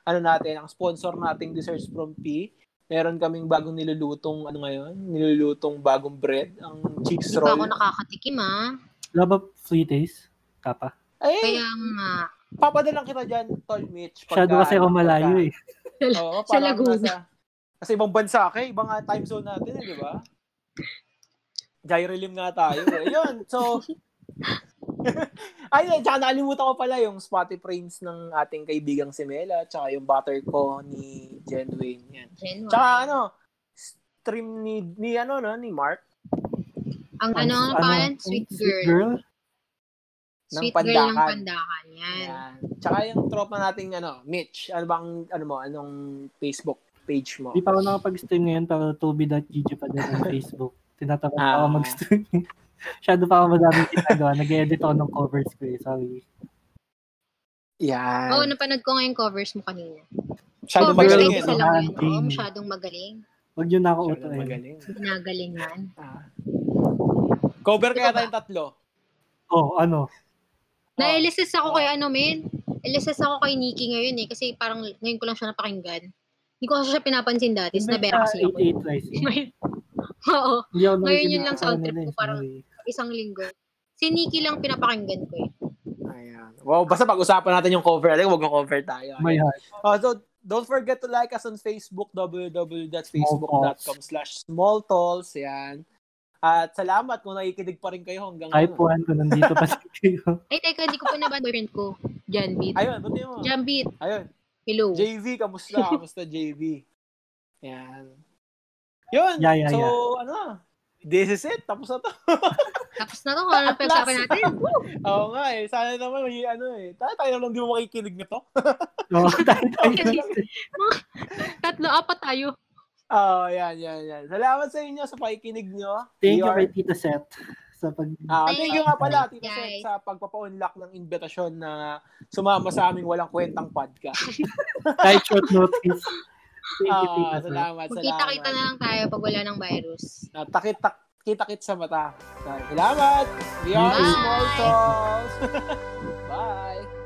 [SPEAKER 2] ano natin, ang sponsor nating Desserts from P. Meron kaming bagong nilulutong, ano ngayon, nilulutong bagong bread, ang cheese
[SPEAKER 3] Hindi pa ako
[SPEAKER 2] roll.
[SPEAKER 3] nakakatikim ah.
[SPEAKER 1] Wala ba free taste? Kapa.
[SPEAKER 2] Ay,
[SPEAKER 3] Kaya nga,
[SPEAKER 2] papadalang kita dyan, Tol Mitch.
[SPEAKER 1] Masyado kasi ako malayo eh.
[SPEAKER 2] Oo,
[SPEAKER 3] Sa
[SPEAKER 2] parang
[SPEAKER 3] Laguna.
[SPEAKER 2] nasa, kasi ibang bansa ka, eh, ibang ah, time zone natin, eh, di ba? Gyrelim nga tayo. Eh. Yun, so, Ay, na, tsaka nakalimutan ko pala yung spotty frames ng ating kaibigang si Mela, tsaka yung butter ko ni Jen Wayne. Yan.
[SPEAKER 3] Genuine.
[SPEAKER 2] Tsaka ano, stream ni, ni ano, no, ni Mark,
[SPEAKER 3] ang ano ang pangalan? Sweet Girl.
[SPEAKER 2] ng
[SPEAKER 3] Sweet Girl ng
[SPEAKER 2] Pandakan.
[SPEAKER 3] Pandakan. Yan.
[SPEAKER 2] Ayan. Tsaka yung tropa nating ano, Mitch. Ano bang ano mo, anong Facebook page mo?
[SPEAKER 1] Di pa ako nakapag-stream ngayon pero toby.gg pa din ang Facebook. Tinatamad pa ako
[SPEAKER 2] Ah.
[SPEAKER 1] mag-stream. Shadow pa ako madaming ginagawa. Nag-edit ako ng covers ko eh. Sorry.
[SPEAKER 2] Yan.
[SPEAKER 3] Oo, napanood ko ngayon covers mo kanina.
[SPEAKER 2] Masyadong
[SPEAKER 1] Cover
[SPEAKER 3] covers
[SPEAKER 2] magaling
[SPEAKER 1] type
[SPEAKER 2] yan.
[SPEAKER 3] type isa
[SPEAKER 1] no?
[SPEAKER 2] no?
[SPEAKER 3] lang yun.
[SPEAKER 1] Magaling.
[SPEAKER 3] Oo, masyadong magaling.
[SPEAKER 1] Huwag nyo na ako
[SPEAKER 2] Masyadong
[SPEAKER 1] utuin.
[SPEAKER 2] magaling.
[SPEAKER 3] Ginagaling yan.
[SPEAKER 2] Ah. Cover kaya tayong tatlo.
[SPEAKER 1] Oh, ano?
[SPEAKER 3] Na-LSS ako kay ano, men. LSS ako kay Nikki ngayon eh. Kasi parang ngayon ko lang siya napakinggan. Hindi ko kasi siya pinapansin dati. Is nabera kasi ako.
[SPEAKER 1] 88 rising.
[SPEAKER 3] Ngayon- Oo.
[SPEAKER 1] Hindi ako
[SPEAKER 3] Ngayon
[SPEAKER 1] nakikinig
[SPEAKER 3] yun lang
[SPEAKER 1] sa
[SPEAKER 3] sound
[SPEAKER 1] kanila
[SPEAKER 3] trip ko,
[SPEAKER 1] eh.
[SPEAKER 3] parang-
[SPEAKER 1] Sorry.
[SPEAKER 3] Isang linggo. Si Nikki lang pinapakinggan ko eh.
[SPEAKER 2] Ayan. Wow, basta pag-usapan natin yung cover. Alam, huwag mag-cover tayo.
[SPEAKER 1] My
[SPEAKER 2] Ayan.
[SPEAKER 1] heart.
[SPEAKER 2] Oh, so, don't forget to like us on Facebook, www.facebook.com slash smalltalls. Yan. At salamat kung nakikinig pa rin kayo hanggang
[SPEAKER 1] Type
[SPEAKER 2] ano.
[SPEAKER 1] 1 ko nandito pa sa kayo.
[SPEAKER 3] Ay, teka, di ko pa nabahan boyfriend ko. Jan Beat.
[SPEAKER 2] Ayun, buti mo.
[SPEAKER 3] Jan Beat,
[SPEAKER 2] Ayun.
[SPEAKER 3] hello.
[SPEAKER 2] JV, kamusta? Kamusta, JV? Yan. Yun.
[SPEAKER 1] Yeah, yeah,
[SPEAKER 2] so,
[SPEAKER 1] yeah.
[SPEAKER 2] ano, this is it. Tapos na to.
[SPEAKER 3] Tapos na to, kung ano ang pag-usapan
[SPEAKER 2] Last.
[SPEAKER 3] natin.
[SPEAKER 2] Oo nga eh. Sana naman, may, ano eh. Tayo, tayo lang di mo makikinig na to.
[SPEAKER 1] Oo, tayo tayo.
[SPEAKER 3] Tatlo, apat tayo.
[SPEAKER 2] Oo, yan, yan, yan. Salamat sa inyo sa pakikinig nyo.
[SPEAKER 1] Thank you
[SPEAKER 2] We are-
[SPEAKER 1] kay Tita Seth sa pag...
[SPEAKER 2] Ah, thank you nga pala, Tita
[SPEAKER 3] Guys.
[SPEAKER 2] Seth, sa pagpapa-unlock ng imbitasyon na sumama sa aming walang kwentang podcast.
[SPEAKER 1] Kahit short notice. Thank you, Tita
[SPEAKER 2] Ah,
[SPEAKER 1] Seth.
[SPEAKER 2] salamat, salamat.
[SPEAKER 3] Magkita-kita na lang tayo pag wala ng virus.
[SPEAKER 2] Ah, takit-tak, kita-kit sa mata. Salamat! We are
[SPEAKER 1] Bye.
[SPEAKER 2] Small Talks! Bye!